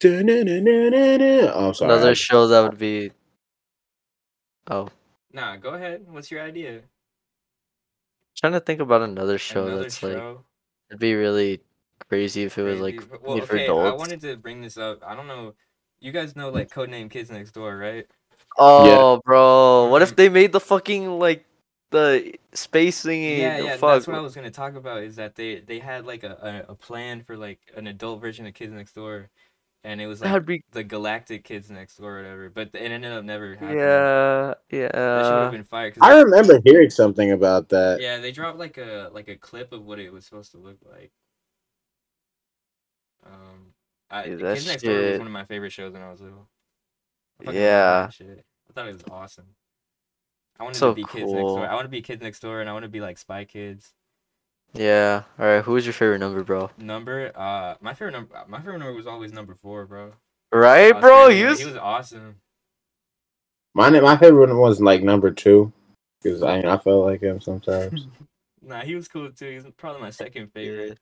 Da-na-na-na-na-na. Oh, I'm sorry. Another show that would be. Oh, Nah, go ahead. What's your idea? trying to think about another show Another that's like show. it'd be really crazy if it was like Crazy. well, made for okay, I adults. wanted to bring this up. I don't know. You guys know like Codename Kids Next Door, right? oh, bro, what Mhm. if they made the fucking like the space thingy? yeah, yeah, fuck. that's what I was gonna talk about. Is that they they had like a, a, a plan for like an adult version of Kids Next Door, and it was like That'd be the Galactic Kids Next Door or whatever, but it ended up never happening. yeah, that should have yeah. been fire. 'cause I they- remember hearing something about that. Yeah, they dropped like a like a clip of what it was supposed to look like. Um, I, Dude, that Kids Next Door was shit- one of my favorite shows when I was little. I fucking loved Yeah. that shit. I thought it was awesome. I wanted So to be Kids Next Door. cool. I want to be Kids Next Door, and I want to be like Spy Kids. Yeah. All right. Who was your favorite number, bro? Number, uh, my favorite number, my favorite number was always number four, bro. Right, Austin bro. Allen, You. he Was... was awesome. My my favorite one was like number two, because I I felt like him sometimes. Nah, he was cool too. He's probably my second favorite.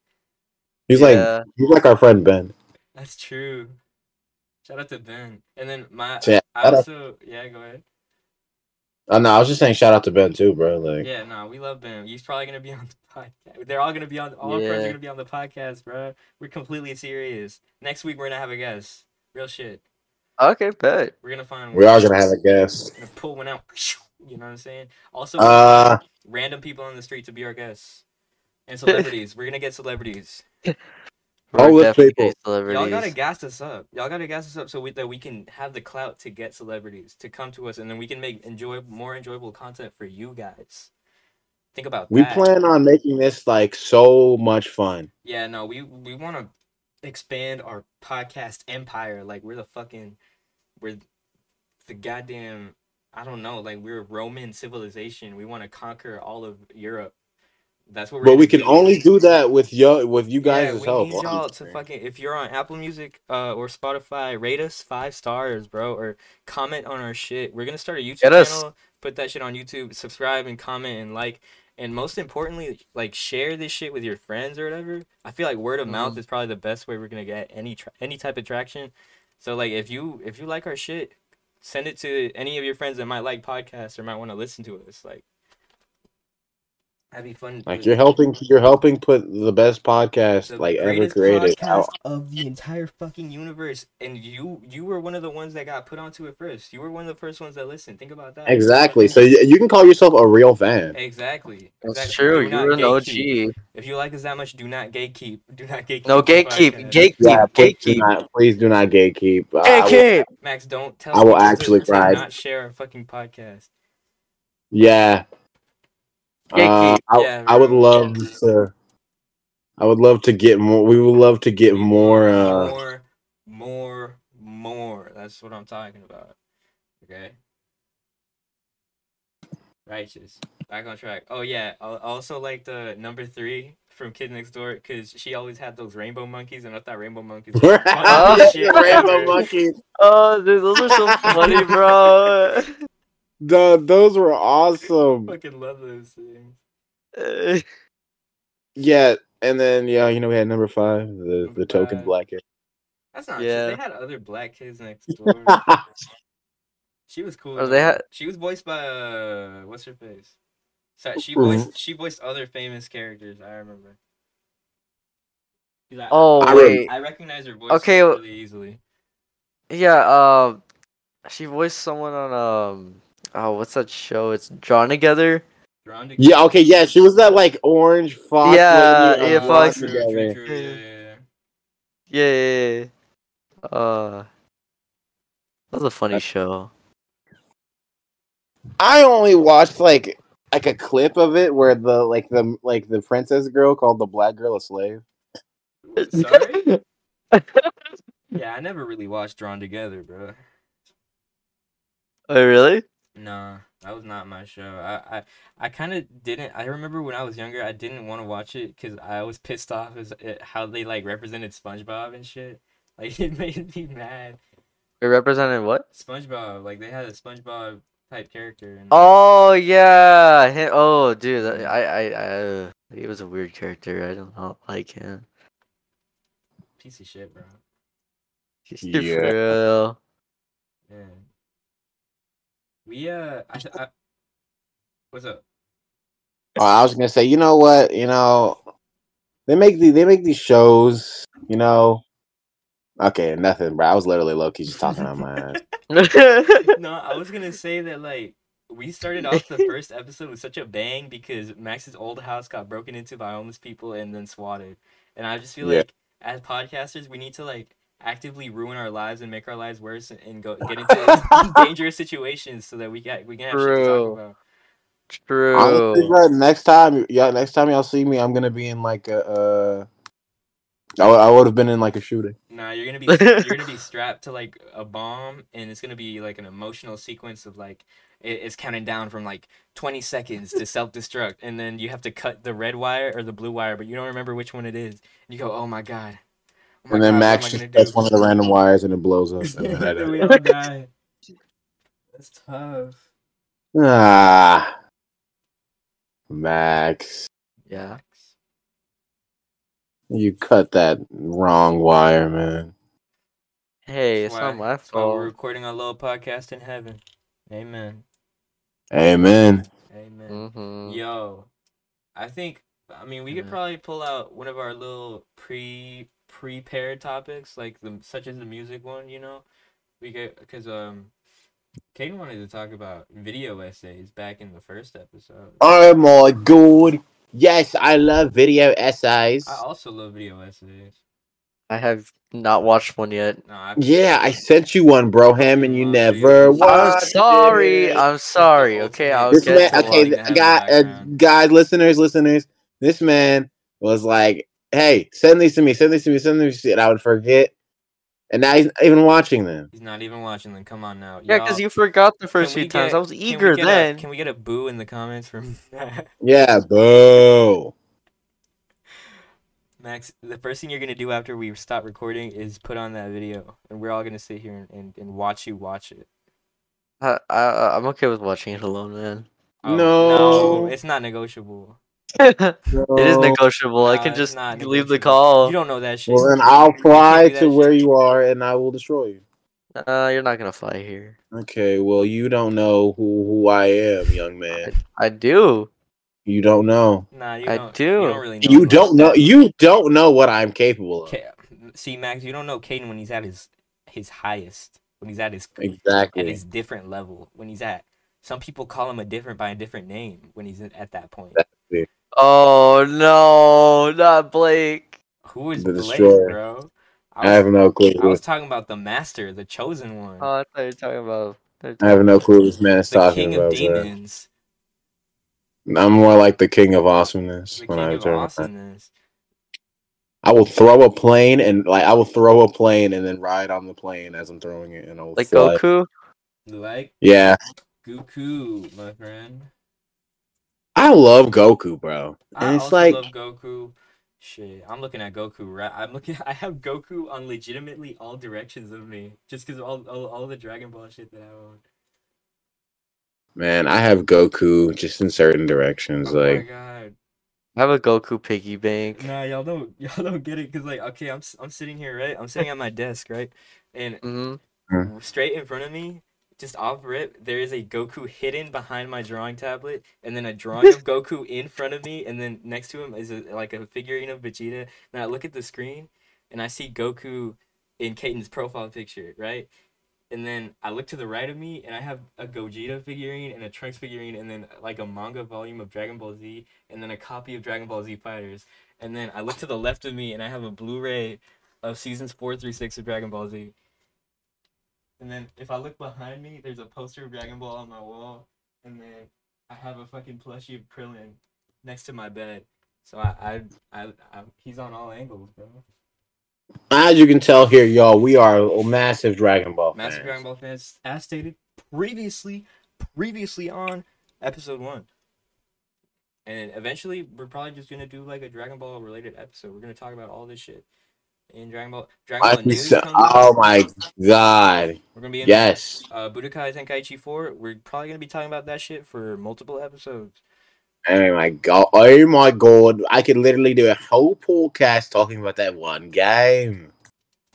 He's like yeah. he's like our friend Ben. That's true. Shout out to Ben. And then my, Yeah, I shout out. also, yeah, go ahead. Oh, no, I was just saying shout out to Ben too, bro. Like, Yeah, no, we love Ben. He's probably gonna be on the podcast. They're all gonna be on. All our friends are Yeah. gonna be on the podcast, bro. We're completely serious. Next week we're gonna have a guest. Real shit. Okay, bet. We're gonna find. we are gonna have a guest. We're gonna pull one out. You know what I'm saying? Also, we're gonna Uh, find random people on the street to be our guests and celebrities. we're gonna get celebrities. All We're with definitely people. Y'all gotta Celebrities. gas us up. Y'all gotta gas us up so we, that we can have the clout to get celebrities to come to us, and then we can make enjoy more enjoyable content for you guys. Think about we that. plan on making this like so much fun. Yeah, no, we we want to expand our podcast empire. Like we're the fucking we're the goddamn I don't know, like we're a Roman civilization. We want to conquer all of Europe. That's what we're But gonna we can only do that with yo with you yeah, guys' we help. need y'all to fucking if you're on Apple Music uh, or Spotify, rate us five stars, bro, or comment on our shit. We're gonna start a YouTube Get us- channel, put that shit on YouTube, subscribe and comment and like, and most importantly, like share this shit with your friends or whatever. I feel like word of mouth is probably the best way we're gonna get any tra- any type of traction. So like if you if you like our shit, send it to any of your friends that might like podcasts or might want to listen to us. Like, that'd be fun. to Like do. you're helping, you're helping put the best podcast the like ever greatest created. podcast out. of the entire fucking universe, and you you were one of the ones that got put onto it first. You were one of the first ones that listened. Think about that. Exactly. So you, you can call yourself a real fan. exactly. That's exactly. true. Do not You're an gatekeep. OG. If you like us that much, do not gatekeep. Do not gatekeep. No, the gatekeep. podcast. Gatekeep. Yeah, please do gatekeep. not, please do not gatekeep. Uh, I will- Gatekeep. Max, don't tell. I will people to- actually to cry. Not share our fucking podcast. yeah. Uh, Gatekeep. I, Yeah, I would bro. love to. I would love to get more. We would love to get We want more. Uh, more, more, more. That's what I'm talking about. Okay. Righteous. Back on track. Oh yeah. I I also like the number three from Kid Next Door because she always had those rainbow monkeys, and I thought rainbow monkeys. were the funniest shit Oh, Rainbow ever. uh, monkeys. Oh, dude, those are so funny, bro. The, those were awesome. Fucking love those things. Yeah, and then yeah, you know we had number five, the Number the token five. black kid. That's not Yeah. true. They had other black kids next door. she was cool. though. Or Oh, they had- She was voiced by uh, what's her face? So she Mhm. voiced she voiced other famous characters. I remember. She's like, oh I wait, I recognize her voice Okay, w- really easily. yeah. Um, she voiced someone on um. Oh, what's that show? It's Drawn Together. Drawn to- Yeah, okay, yeah, she was that like orange fox. Yeah, lady on yeah, Drawn fox. True, Together. true, true, yeah, yeah, Yeah, yeah, yeah, yeah. Uh, that was a funny show. I only watched like like a clip of it where the like the like the princess girl called the black girl a slave. yeah. Ooh, Sorry. yeah, I never really watched Drawn Together, bro. Oh, really? Nah, that was not my show. I I, I kind of didn't. I remember when I was younger, I didn't want to watch it because I was pissed off as at how they like represented SpongeBob and shit. Like it made me mad. It represented what? SpongeBob, like they had a SpongeBob type character. And, Oh yeah. hi- oh, dude, that- I, I, I. Uh, he was a weird character. I don't know, like him. Piece of shit, bro. He's yeah. Yeah. real. Yeah. We uh, I, I what's up? Uh, I was gonna say, you know what, you know, they make the they make these shows, you know. Okay, nothing, bro. I was literally low key just talking on my ass. no, I was gonna say that like we started off the first episode with such a bang because Max's old house got broken into by homeless people and then swatted, and I just feel Yeah. like as podcasters we need to like actively ruin our lives and make our lives worse and- and go get into dangerous situations so that we got we can have shit to True. talk about. True. Honestly, bro, next time, yeah, next time y'all see me, I'm gonna be in like a. Uh, I, would have been in like a shooting. Nah, you're gonna be you're gonna be strapped to like a bomb, and it's gonna be like an emotional sequence of like it, it's counting down from like 20 seconds to self destruct, and then you have to cut the red wire or the blue wire, but you don't remember which one it is. And you go, oh my god. Oh my and then God, what am I Max gonna just cuts do?" one of the random wires and it blows up. and then I Then die. we all die. That's tough. ah, Max, Yeah. you cut that wrong wire, man. Hey, That's it's why- not my Oh. That's why Oh, we're fault. recording our little podcast in heaven. Amen. Amen. Amen. Mm-hmm. Yo, I think I mean we could Yeah. probably pull out one of our little pre prepared topics like the such as the music one. You know, we could because um, Caden wanted to talk about video essays back in the first episode. Oh my god. Yes, I love video essays. I also love video essays. I have not watched one yet. No, I, Yeah, I sent you one, Broham, and you Oh, never dude. watched. I'm sorry. it. I'm sorry. Okay, I'll this This get man, to someone okay, to one. th- have guy, the uh, background. guys, listeners, listeners, this man was like, "Hey, send these to me, send these to me, send these to me," and I would forget. And now he's not even watching them. he's not even watching them. Come on now, Yeah, because Y'all, you forgot the can first few we times. get- I was can we eager get a- then. can we get a boo in the comments from Yeah, boo. Max, the first thing you're gonna do after we stop recording is put on that video, and we're all gonna sit here and, and, and watch you watch it. I, I, I'm okay with watching it alone, man. Oh, No. it's not negotiable. it is No. negotiable. I Nah, can it's just not leave the negotiable. call. You don't know that shit. Well, then You I'll can't do fly that to shit. where you are, and I will destroy you. Uh, you're not gonna fly here. Okay, well, you don't know who who I am, young man. I do. You don't know. Nah, you I don't. do. You don't really know. You about don't know. that. You don't know what I'm capable of. Ca- See, Max, you don't know Caden when he's at his his highest, when he's at his at Exactly. his different level, when he's at. Some people call him a different by a different name when he's at that point. Oh no, not Blake. Who is The Blake, Destroyer. bro? I was- have no clue. I was talking about the master, the chosen one, Oh, I thought you were talking about. thought I you were have no clue what this man is the talking king of about. bro. demons, I'm more like the king of awesomeness the when king I of return. awesomeness. I will throw a plane and like I will throw a plane and then ride on the plane as I'm throwing it and I'll Like fly. Goku? Like Yeah, Goku, my friend. I love Goku, bro. I And it's also like love Goku. Shit, I'm looking at Goku. Right, I'm looking. I have Goku on legitimately all directions of me, just because all, all all the Dragon Ball shit that I own. man, I have Goku just in certain directions. oh my Like god. I have a Goku piggy bank. Nah, y'all don't y'all don't get it, cause like okay, I'm s- I'm sitting here right, I'm sitting at my desk right, and hmm straight in front of me, just off rip, there is a Goku hidden behind my drawing tablet, and then a drawing of Goku in front of me, and then next to him is a, like a figurine of Vegeta. And I look at the screen, and I see Goku in Katen's profile picture, right? And then I look to the right of me, and I have a Gogeta figurine and a Trunks figurine, and then like a manga volume of Dragon Ball Z, and then a copy of Dragon Ball Z Fighters. And then I look to the left of me, and I have a Blu-ray of seasons four through six of Dragon Ball Z. And then if I look behind me, there's a poster of Dragon Ball on my wall, and then I have a fucking plushie of Krillin next to my bed. So I, I, I, I he's on all angles, bro. as you can tell here, y'all, we are massive Dragon Ball fans. Massive Dragon Ball fans, as stated previously, previously on episode one. And eventually, we're probably just gonna do like a Dragon Ball related episode. We're gonna talk about all this shit in Dragon Ball. Dragon I Ball think News so. comes out. Oh my god! We're gonna be in Yes, uh, Budokai Tenkaichi Four. We're probably gonna be talking about that shit for multiple episodes. oh my god! Oh my god! I could literally do a whole podcast talking about that one game.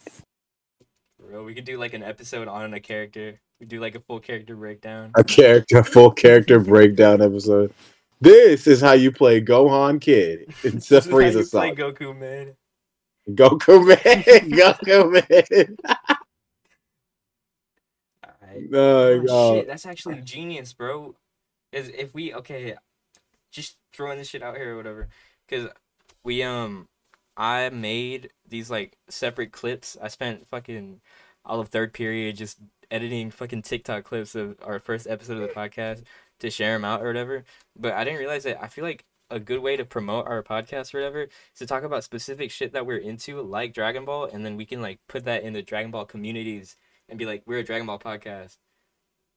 For real, we could do like an episode on a character. We do like a full character breakdown. a character full character breakdown episode. This is how you play Gohan Kid. It's a This is how Frieza you play song. Goku, man. Goku man, Goku man. Alright. Oh, Oh, God. shit, that's actually genius, bro. Is if we okay, just throwing this shit out here or whatever. Cause we um, I made these like separate clips. I spent fucking all of third period just editing fucking TikTok clips of our first episode of the podcast to share them out or whatever. But I didn't realize that I feel like a good way to promote our podcast or whatever is to talk about specific shit that we're into, like Dragon Ball, and then we can like put that in the Dragon Ball communities and be like, we're a Dragon Ball podcast.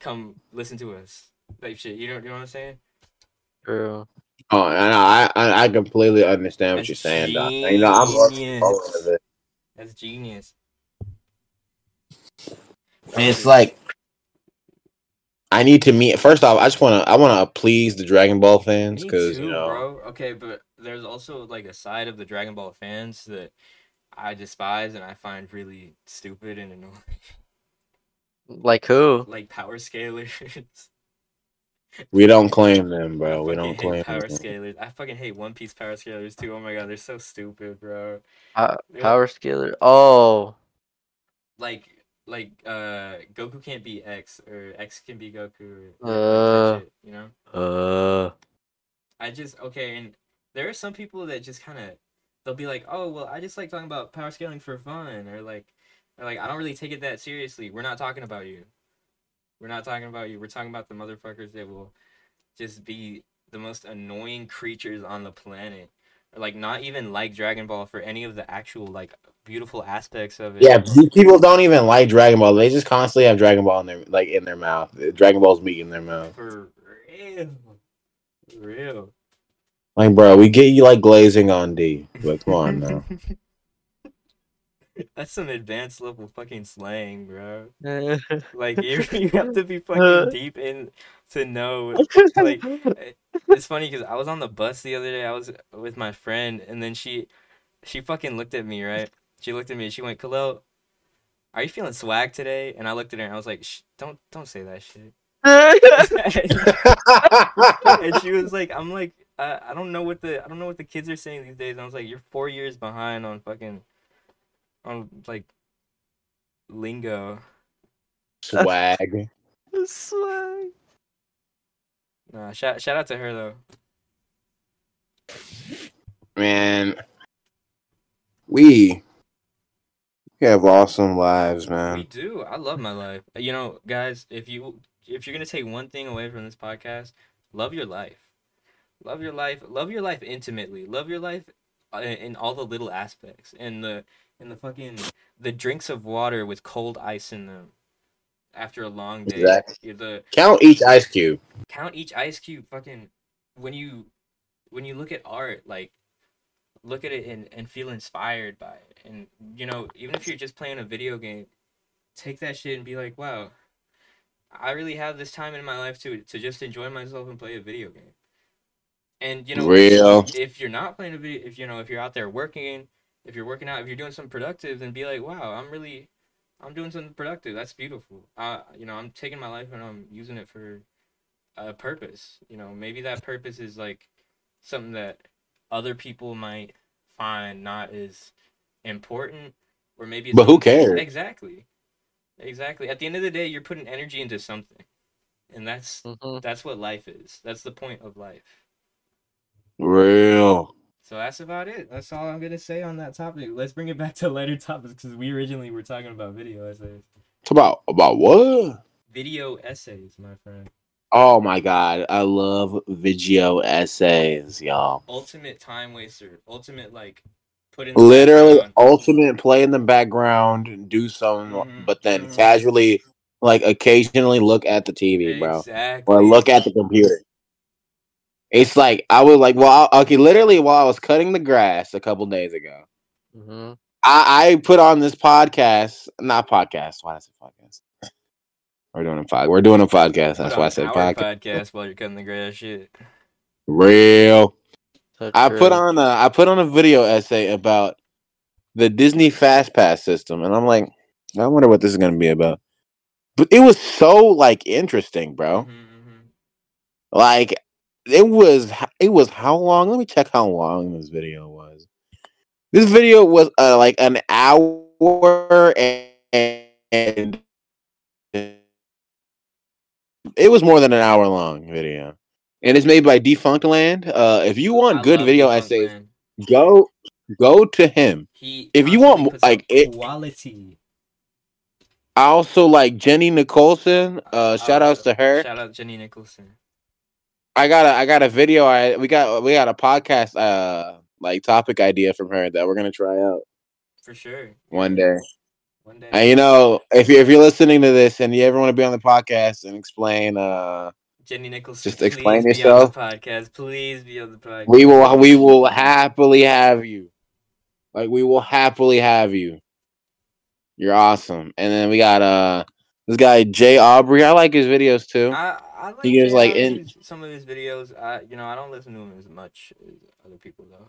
Come listen to us. Like shit, you know, you know what I'm saying? True. Oh, and I, I I completely understand what you're saying. Doc. You know, I'm Genius. all of it. That's genius. And it's like I need to meet. First off, I just wanna I wanna please the Dragon Ball fans Me because too, you know bro. Okay, but there's also like a side of the Dragon Ball fans that I despise and I find really stupid and annoying, Like who? like power scalers. We don't claim them, bro. We fucking don't hate claim power them. scalers. I fucking hate One Piece power scalers too. Oh my god, they're so stupid, bro. Uh, They're Power scaler. Oh, Like like uh Goku can't be X or X can be Goku. Or, Uh. shit, you know? uh, I just okay, and there are some people that just kind of they'll be like, oh well, I just like talking about power scaling for fun, or like, or like I don't really take it that seriously. We're not talking about you. We're not talking about you. We're talking about the motherfuckers that will just be the most annoying creatures on the planet. Or like not even like Dragon Ball for any of the actual like beautiful aspects of it. Yeah, these people don't even like Dragon Ball. They just constantly have Dragon Ball in their like in their mouth. Dragon Ball's meat in their mouth. for real, For real. Like, bro, we get you like glazing on D, but come on now. That's some advanced level fucking slang, bro. like Like you, you have to be fucking deep in to know. Like it's funny because I was on the bus the other day. I was with my friend, and then she, she fucking looked at me. Right? She looked at me. and She went, "Khalil, are you feeling swag today?" And I looked at her, and I was like, Shh, "Don't, don't say that shit." and she was like, "I'm like, I, I don't know what the I don't know what the kids are saying these days." And I was like, "You're four years behind on fucking, on like, lingo." Swag. swag. Nah, shout shout out to her though. Man. We we have awesome lives, We man. do. I love my life. Uh, You know, guys, if you if you're gonna take one thing away from this podcast, love your life. Love your life. Love your life intimately. Love your life uh, in all the little aspects. And the and the fucking the drinks of water with cold ice in them after a long day. Exact- You're The Count each ice cube. count each ice cube fucking when you when you look at art like look at it and, and feel inspired by it and you know even if you're just playing a video game take that shit and be like wow i really have this time in my life to to just enjoy myself and play a video game and you know Real. if you're not playing a video if you know if you're out there working if you're working out if you're doing something productive then be like wow i'm really i'm doing something productive that's beautiful uh you know i'm taking my life and i'm using it for a purpose you know maybe that purpose is like something that other people might find not as important or maybe it's But who something- cares? exactly exactly at the end of the day you're putting energy into something and that's Mm-hmm. Mhm. that's what life is that's the point of life Real. so that's about it. That's all I'm gonna say on that topic. Let's bring it back to lighter topics because we originally were talking about video essays. About about what? Video essays, my friend. Oh my god, I love video essays, y'all. Ultimate time waster. Ultimate like put in. the Literally background. ultimate play in the background, and do some Mhm, but then mhm. casually like occasionally look at the TV, bro. Exactly. or look at the computer. It's like I was like, well, I- okay, literally while I was cutting the grass a couple days ago, Mhm. I, I put on this podcast, not podcast. Why did I say podcast? We're doing a pod. We're doing a podcast. Put That's on why I said our podcast. podcast while you're cutting the grass. Shit. Real. So I put true. on a I put on a video essay about the Disney Fast Pass system, and I'm like, I wonder what this is gonna be about. But it was so like interesting, bro. Mhm, like it was h- it was how long let me check how long this video was this video was uh, like an hour and, and it was more than an hour long video and it's made by defunct land uh if you want I good love video Defunct essays Man. go go to him He. If you want constantly mo- puts out like, it- quality. i also like jenny nicholson uh shout outs to her Shout out Jenny Nicholson. I got a I got a video. I we got we got a podcast uh like topic idea from her that we're gonna try out For sure. one day. One day. And you know, if you if you're listening to this and you ever want to be on the podcast and explain, uh, Jenny Nicholson. Just explain please be on the yourself. podcast. Please be on the podcast. we will we will happily have you. Like we will happily have you. You're awesome. And then we got uh this guy Jay Aubrey. I like his videos too. I, I like He gives, Jay like, Aubrey, in- some of his videos. I you know I don't listen to him as much as other people though.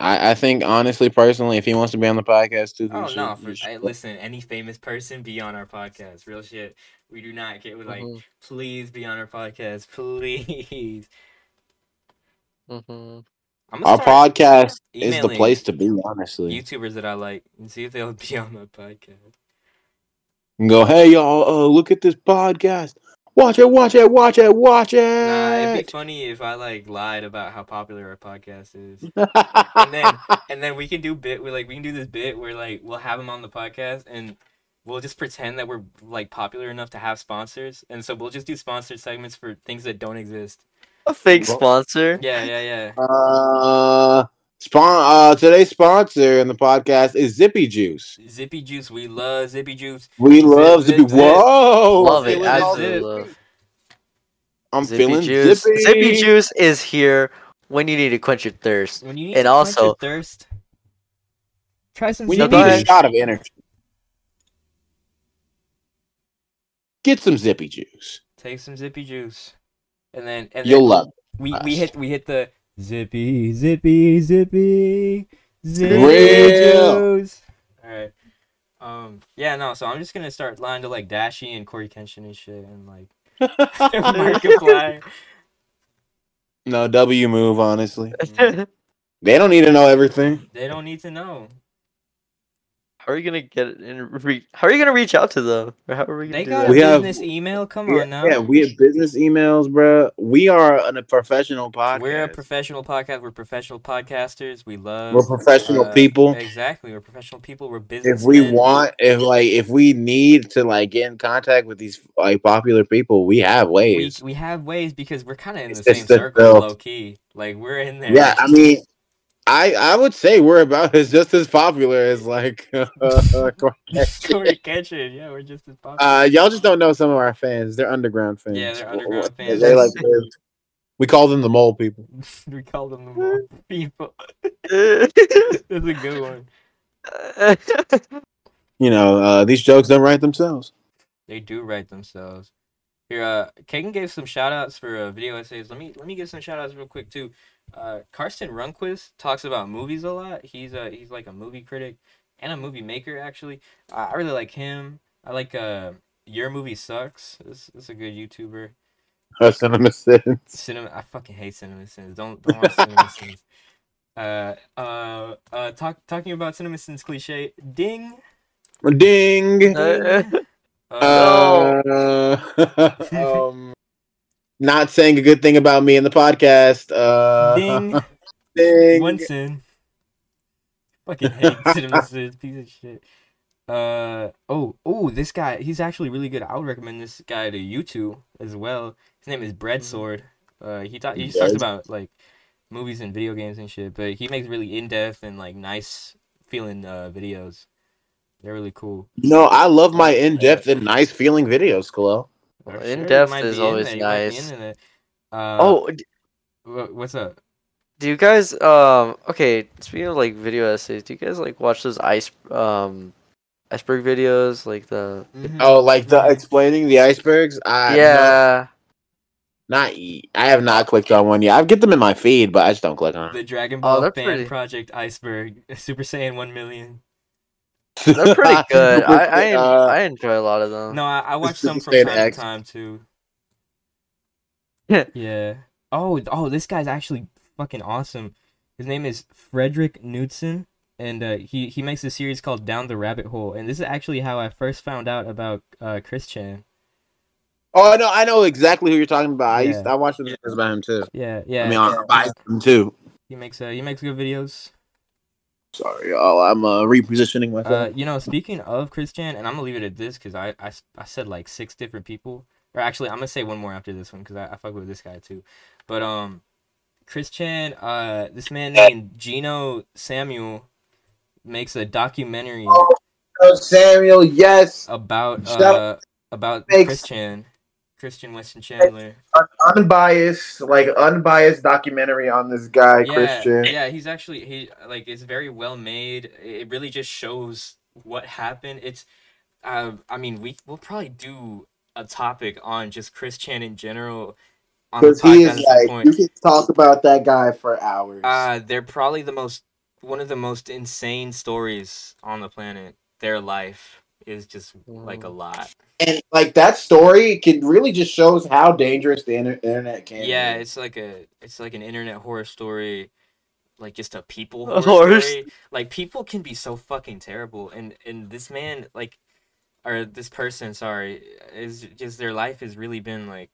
I, I think honestly, personally, if he wants to be on the podcast too, he Oh should- no, he for, should. I, listen, any famous person be on our podcast. Real shit. We do not care. We're like, Mhm. please be on our podcast, please. Mm-hmm. Mhm. I'm Our podcast is the emailing place to be, honestly. YouTubers that I like and see if they'll be on my podcast. and go, hey y'all, uh, look at this podcast. Watch it, watch it, watch it, watch Nah, it'd it. be funny if I like lied about how popular our podcast is, and then and then we can do bit. We like we can do this bit where like we'll have them on the podcast, and we'll just pretend that we're like popular enough to have sponsors, and so we'll just do sponsored segments for things that don't exist. A fake Well- sponsor. Yeah, yeah, yeah. uh, spon- uh, today's sponsor in the podcast is Zippy Juice. Zippy juice, we love zippy juice. We Zip, love zip, Zippy. zip. Whoa, Love I'm it. feeling I all Absolutely this. love. I'm Zippy feeling juice. Zippy. Zippy juice is here when you need to quench your thirst. When you need And to quench your also- thirst, try some. We So need Zippy go a ahead. Juice. shot of energy. Get some Zippy Juice. Take some zippy juice, and then and You'll then love we we us. hit we hit the zippy zippy zippy zippy Real. juice. All right. Um. Yeah. No. So I'm just gonna start lying to like Dashi and Corey Kenshin and shit, and like Oh Markiplier. it. No W move, honestly. How They don't need to know everything. They don't need to know. are you gonna get and re- How are you gonna reach out to them? Or how are we gonna They do got that? a We have- business email. Come Yeah, on now. yeah, we have business emails, bro. We are an- a professional podcast. We're We're, a professional podcast. We're professional podcasters. We love. professional uh, people. Exactly. We're professional people. We're business. If we want, if like, if we need to like get in contact with these like popular people, we have we, ways. we have ways because we're kind of in the It's same just the circle, belt. low key. Like we're in there. yeah, I mean, I I would say we're about as just as popular as like uh, uh, Corey Ketchin. Yeah, we're just as popular. Uh, y'all just don't know some of our fans. They're underground fans. Yeah, they're Wh- underground wh- fans. They like we call them the mole people. we call them the mole people. That's a good one. You know, uh, these jokes don't write themselves. They do write themselves. Here, uh, Kagan gave some shout outs for uh, video essays. Let me let me give some shout outs real quick too. Uh, Karsten Runquist talks about movies a lot. He's uh he's like a movie critic and a movie maker actually. I, I really like him. I like uh your movie sucks. This is a good YouTuber. Our cinema sins. Cinema. I fucking hate Cinema Sins. Don't don't watch Cinema Sins. Uh, uh, uh, talk, talking about Cinema Sins cliche. Ding. Ding. Uh, Uh, Uh, um, not saying a good thing about me in the podcast. Uh, ding. ding. One sin. Fucking hate Cinema Sins. Piece of shit. Uh oh oh this guy he's actually really good. I would recommend this guy to you two as well. His name is Bread Sword. Uh, he talks he talks Yes. about like movies and video games and shit, but he makes really in depth and like nice feeling uh videos. They're really cool. No, I love my in-depth and nice feeling videos, Khalil. I'm Well, sure you in-depth might is be in always there, you might be nice. in there. Uh, oh, d- wha- what's up? do you guys? Um, okay. Speaking of like video essays, do you guys like watch those ice um iceberg videos? Like the Mm-hmm. Oh, like the explaining the icebergs. I yeah. Not e- I have not clicked on one yet. I get them in my feed, but I just don't click on The them. Dragon Ball Oh, they're Fan pretty- Project Iceberg Super Saiyan One Million. They're pretty good. I I, en- Uh, I enjoy a lot of them. No, I, I watch some from Saiyan time X. to time too. yeah. Oh, oh, this guy's actually fucking awesome. His name is Frederick Knudsen, and uh, he he makes a series called Down the Rabbit Hole, and this is actually how I first found out about uh, Chris Chan. oh no, I know exactly who you're talking about. I used Yeah. I watched the videos about him too. Yeah, yeah. I mean, I buy them too. he makes uh, he makes good videos. Sorry, y'all. I'm uh, repositioning myself. Uh, you know, speaking of Christian, and I'm gonna leave it at this because I, I s- I said like six different people, or actually I'm gonna say one more after this one because I, I fuck with this guy too, but um, Christian, uh, this man named Gino Samuel makes a documentary oh, Samuel, Oh. yes, about Shut uh about Makes- Christian, Christian Weston Chandler. unbiased, like unbiased documentary on this guy, yeah, Yeah, he's actually he like it's very well made. It really just shows what happened. It's uh, I mean we we'll probably do a topic on just Chris Chan in general on the podcast at some point. can talk about that guy for hours. Uh they're probably the most one of the most insane stories on the planet. Their life is just like a Mhm. lot. and like that story can really just shows how dangerous the inter- internet can. be. Yeah, it's like a it's like an internet horror story, like just a people A horror, horror story. Like people can be so fucking terrible, and and this man like, or this person, sorry, is just their life has really been like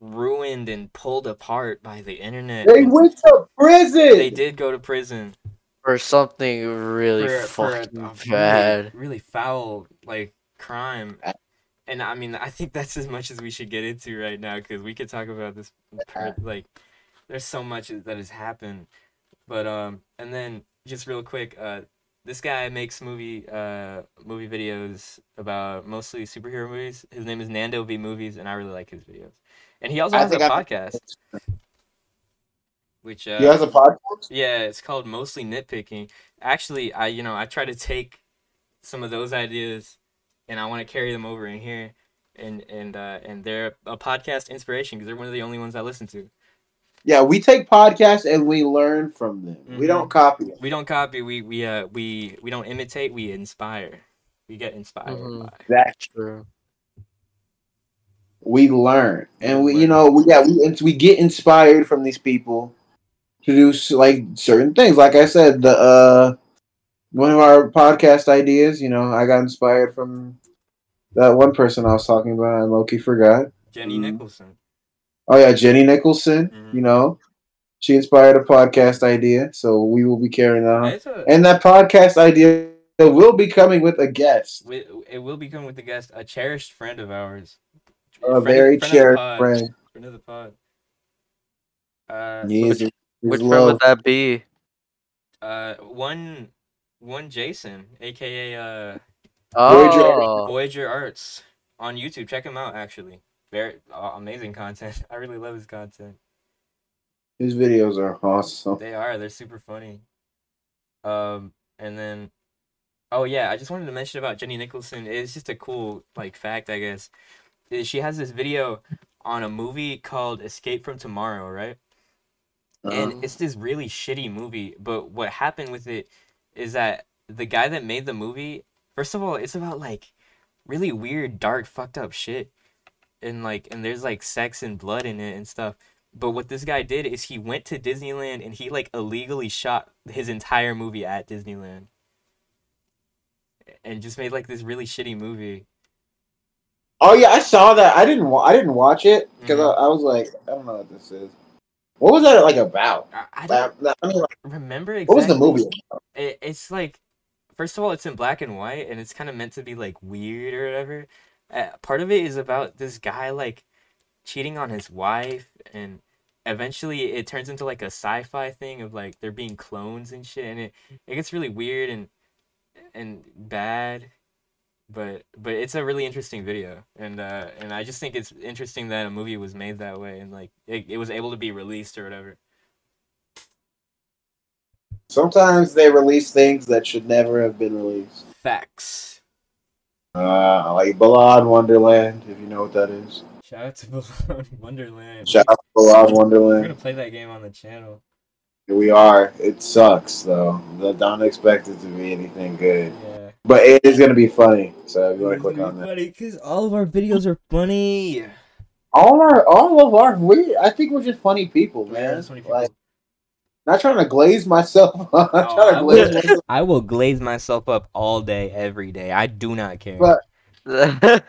ruined and pulled apart by the internet. they And went to prison. They did go to prison Or something really for- for a- fucking a really- bad. really, foul like crime. Uh, And I mean, I think that's as much as we should get into right now because we could talk about this. Uh, per- Like, there's so much that has happened. But um, and then just real quick, uh, this guy makes movie uh movie videos about mostly superhero movies. His name is Nando V Movies, and I really like his videos. And he also I has a think I've- podcast, which uh, You guys a podcast? yeah, it's called mostly nitpicking. Actually, I you know I try to take some of those ideas, and I want to carry them over in here, and and uh, and they're a podcast inspiration because they're one of the only ones I listen to. Yeah, we take podcasts and we learn from them. We Mhm. don't copy them. We don't copy. We we uh we we don't imitate. We inspire. We get inspired Mm-hmm. Mhm. by. That True. we learn, and we, you know, we, yeah, we we get inspired from these people to do s- like certain things. Like I said, the uh, one of our podcast ideas, you know, I got inspired from that one person I was talking about. I Loki forgot. Jenny Mhm. Nicholson. Oh yeah, Jenny Nicholson. Mhm. You know, she inspired a podcast idea, so we will be carrying that on. It's a- Uh, And that podcast idea will be coming with a guest, wi- it will become with the guest a cherished friend of ours. a Friend of- very friend of uh, the cherished pod. friend. Friend of the pod. Uh, He is, Which- is Which one loved. would that be? uh one one Jason, aka uh Voyager. Oh, Voyager Arts on YouTube. Check him out actually. Very uh, amazing content. I really love his content. His videos are awesome. They are, they're super funny. Um and then oh yeah, I just wanted to mention about Jenny Nicholson. It's just a cool like fact, I guess. is She has this video on a movie called Escape from Tomorrow, right? Uh, and it's this really shitty movie but what happened with it is that the guy that made the movie first of all it's about like really weird dark fucked up shit and like and there's like sex and blood in it and stuff but what this guy did is he went to disneyland and he like illegally shot his entire movie at disneyland and just made like this really shitty movie oh yeah, I saw that. I didn't. Wa- I didn't watch it because Mhm. I, I was like, I don't know what this is. What was that like about? i, I don't That, that- I mean, like, remember what was the exactly- movie? about? it, it's like first of all it's in black and white and it's kind of meant to be like weird or whatever uh, part of it is about this guy like cheating on his wife and eventually it turns into like a sci-fi thing of like there being clones and shit and it, it gets really weird and and bad but but it's a really interesting video and uh and i just think it's interesting that a movie was made that way and like it, it was able to be released or whatever Sometimes they release things that should never have been released. facts Uh, like Balad Wonderland, if you know what that is. shout out to Balloon wonderland Shout out to Balad We're gonna Wonderland. play that game on the channel. We are. It sucks though. Th- Don't expect it to be anything good, Yeah. but it is gonna be funny. So if you want to Mm-hmm. click on that, Because all of our videos are funny. all our, all of our, we, I think we're just funny people, man. Like, not trying to glaze myself. I'm trying to Oh, I glaze. would- myself. I will glaze myself up all day, every day. I do not care. But- yeah.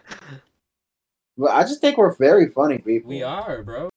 But I just think we're very funny people. we are, bro.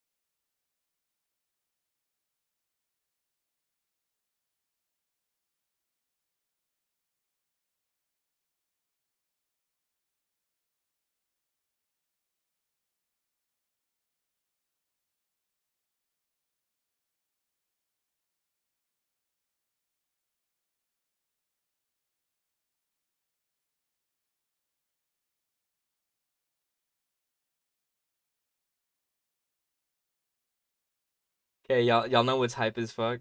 Okay, y'all, y'all know what's hype as fuck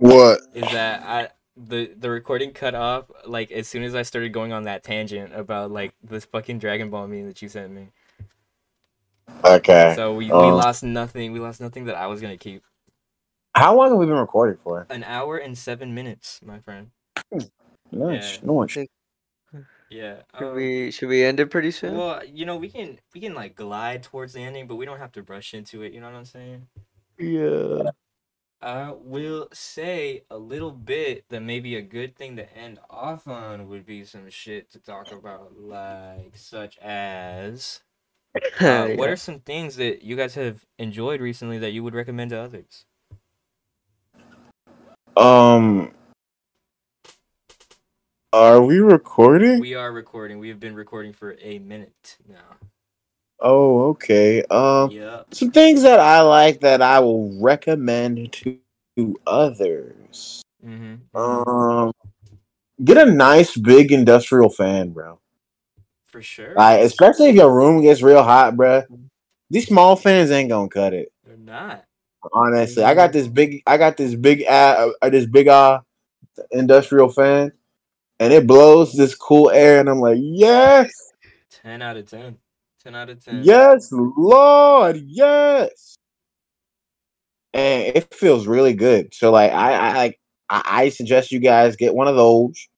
What? is that I the the recording cut off like as soon as I started going on that tangent about like this fucking Dragon Ball meme that you sent me. Okay. So we, we Oh. lost nothing. We lost nothing that I was gonna keep. How long have we been recording for? An hour and seven minutes, my friend. Nice, Yeah. nice. Yeah. Should um, we should we end it pretty soon? Well, uh, you know, we can we can like glide towards the ending, but we don't have to rush into it. You know what I'm saying? yeah. I will say a little bit that maybe a good thing to end off on would be some shit to talk about, like such as uh, what are some things that you guys have enjoyed recently that you would recommend to others? Um, are we Hmm. recording? We are recording. We have been recording for a minute now. Oh, okay. Um, Yep. some things that I like that I will recommend to, to others. Mm-hmm. Um, get a nice big industrial fan, bro. for sure. Like, especially if your room gets real hot, bruh. These small fans ain't gonna cut it. They're not. Honestly, I got this big, I got this big, uh, uh, this big uh, industrial fan, and it blows this cool air, and I'm like, yes, Ten out of ten. Ten out of ten. yes, Lord, yes, and it feels really good. So like, I, I, like, I, I suggest you guys get one of those.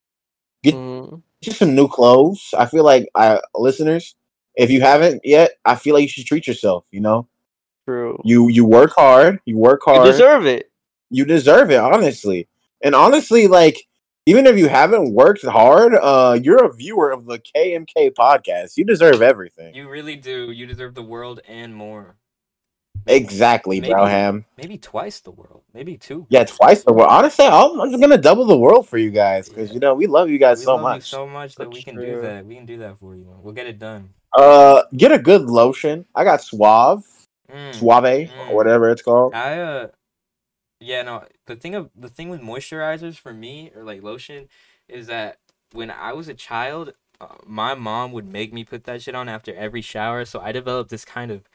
Mm, just some new clothes. I feel like I listeners, if you haven't yet, I feel like you should treat yourself. You know, true. you you work hard, you work You hard, deserve it. you deserve it, honestly. And honestly, like even if you haven't worked hard, uh, you're a viewer of the KMK podcast. You deserve everything. You really do. You deserve the world and more. exactly, Maybe- Broham. Maybe twice the world. Maybe two. Yeah, twice the world. Honestly, I'm, I'm just gonna double the world for you guys because you know we love you guys we so love you much. so much that That's we can do true. that. We can do that for you. We'll get it done. Uh, get a good lotion. I got Suave, Mm. Suave, Mm. or whatever it's called. I uh, yeah, no. The thing of the thing with moisturizers for me or like lotion is that when I was a child, uh, my mom would make me put that shit on after every shower, so I developed this kind of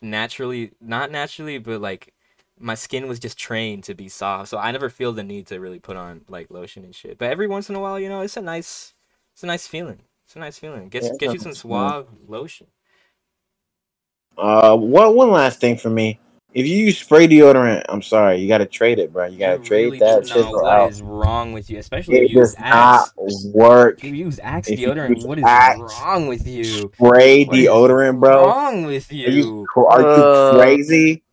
naturally, not naturally, but like my skin was just trained to be soft, so I never feel the need to really put on like lotion and shit. But every once in a while, you know, it's a nice, it's a nice feeling. It's a nice feeling. Get Yeah, get you some it's nice. suave lotion. Uh, what one last thing for me? If you use spray deodorant, I'm sorry, you gotta trade it, bro. You gotta You trade really that don't know shit what out. is wrong with you, especially It if you use does axe. not work. If you use axe If you deodorant, use what is Axe, wrong with you? Spray What is deodorant, bro. Wrong with Are you, you? are Uh, you crazy?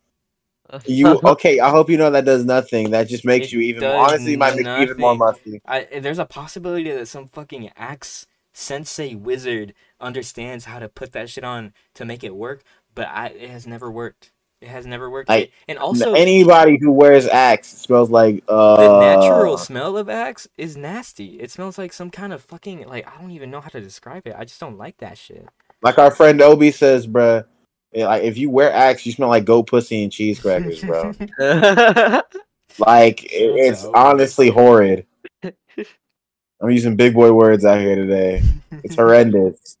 You okay? I hope you know that does nothing. That just makes It you even. does Honestly, it might make you even more musty. I, there's a possibility that some fucking axe sensei wizard understands how to put that shit on to make it work, but I it has never worked. It has never worked. Like, and also, Anybody who wears Axe smells like uh. the natural smell of axe is nasty. It smells like some kind of fucking like I don't even know how to describe it. I just don't like that shit. Like our friend Obi says, bruh. yeah, Like if you wear Axe, you smell like goat pussy and cheese crackers, bro. Like it, Shout it's out. honestly horrid. I'm using big boy words out here today. It's horrendous.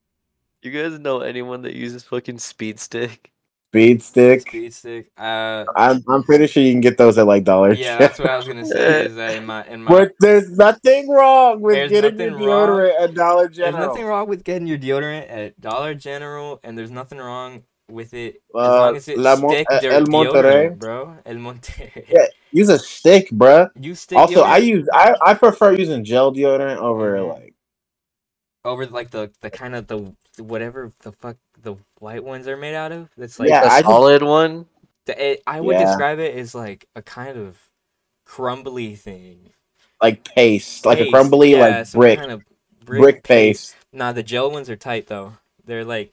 you guys know anyone that uses fucking speed stick? Speed stick. Speed stick. Uh, I'm I'm pretty sure you can get those at like Dollar yeah, Tree. that's what I was gonna say. Is that in my in my but there's nothing wrong with There's getting your nothing wrong. deodorant at Dollar General. There's nothing wrong with getting your deodorant at Dollar General, and there's nothing wrong with it as Uh, long as it's La Mon- stick uh, de- El Monterrey. deodorant, bro. El Monterrey. Yeah. Use a stick, bruh. You stick Also, I deodorant use I, I prefer using gel deodorant over Mhm. like over like the the kind of the whatever the fuck the white ones are made out of. That's like Yeah, a I just- solid one. the, it, I would Yeah. describe it as like a kind of crumbly thing, like paste, like a Paste, crumbly yeah, like some brick, kind of brick brick paste. Nah, the gel ones are tight though. They're like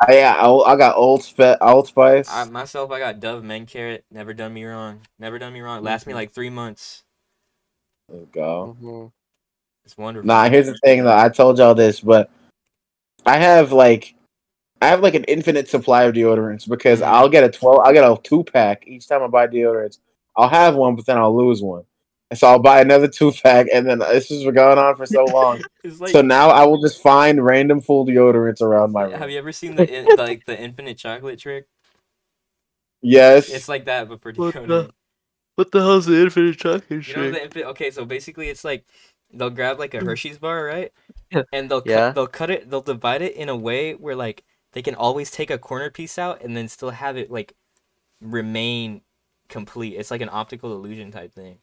I, yeah, I, I got old spe- old spice. I myself. I got Dove Men Carrot. Never done me wrong. Never done me wrong. Last Mm-hmm. me like three months. there we go. It's wonderful. Nah, here's the thing though. I told y'all this, but I have like I have like an infinite supply of deodorants because Mhm. I'll get a twelve I'll get a two pack each time I buy deodorants. I'll have one, but then I'll lose one. And so I'll buy another two pack and then uh, this has been going on for so long. It's like, so now I will just find random full deodorants around my room. have you ever seen the in, like the infinite chocolate trick? yes. It's like that, but for What deodorant. the- What the hell's the infinite chocolate You know the infin- okay, so basically it's like they'll grab like a Hershey's bar, right? Yeah. And they'll Yeah. cut, they'll cut it, they'll divide it in a way where like they can always take a corner piece out and then still have it like remain complete. It's like an optical illusion type thing.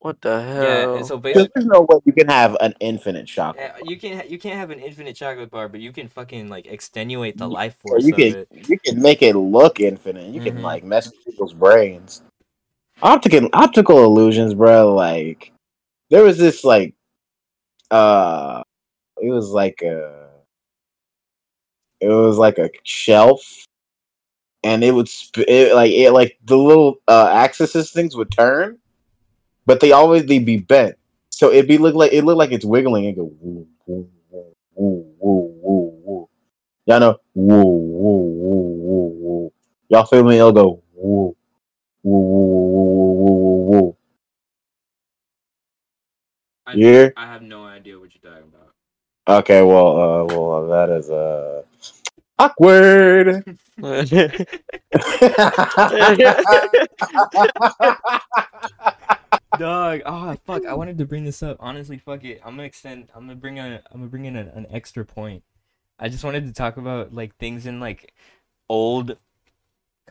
What the Yeah, hell? and so Because basically, there's no way you can have an infinite shock. yeah, you can not you can't have an infinite chocolate bar, but you can fucking like extenuate the life Or force you of can it. you can make it look infinite. You Mhm. can like mess with people's brains. Optical optical illusions, bro. Like there was this like uh it was like a it was like a shelf and it would sp- it, like it like the little uh axis things would turn but they always they'd be bent so it'd be look like it looked like it's wiggling and go woo woo woo woo woo woo woo y'all know woo woo woo woo woo y'all feel me it'll go woo woo woo woo woo woo woo woo I, yeah I have no idea what you're talking about. okay well uh well that is uh awkward Dog, oh fuck! I wanted to bring this up. Honestly, fuck it. I'm gonna extend. I'm gonna bring a. I'm gonna bring in an, an extra point. I just wanted to talk about like things in like old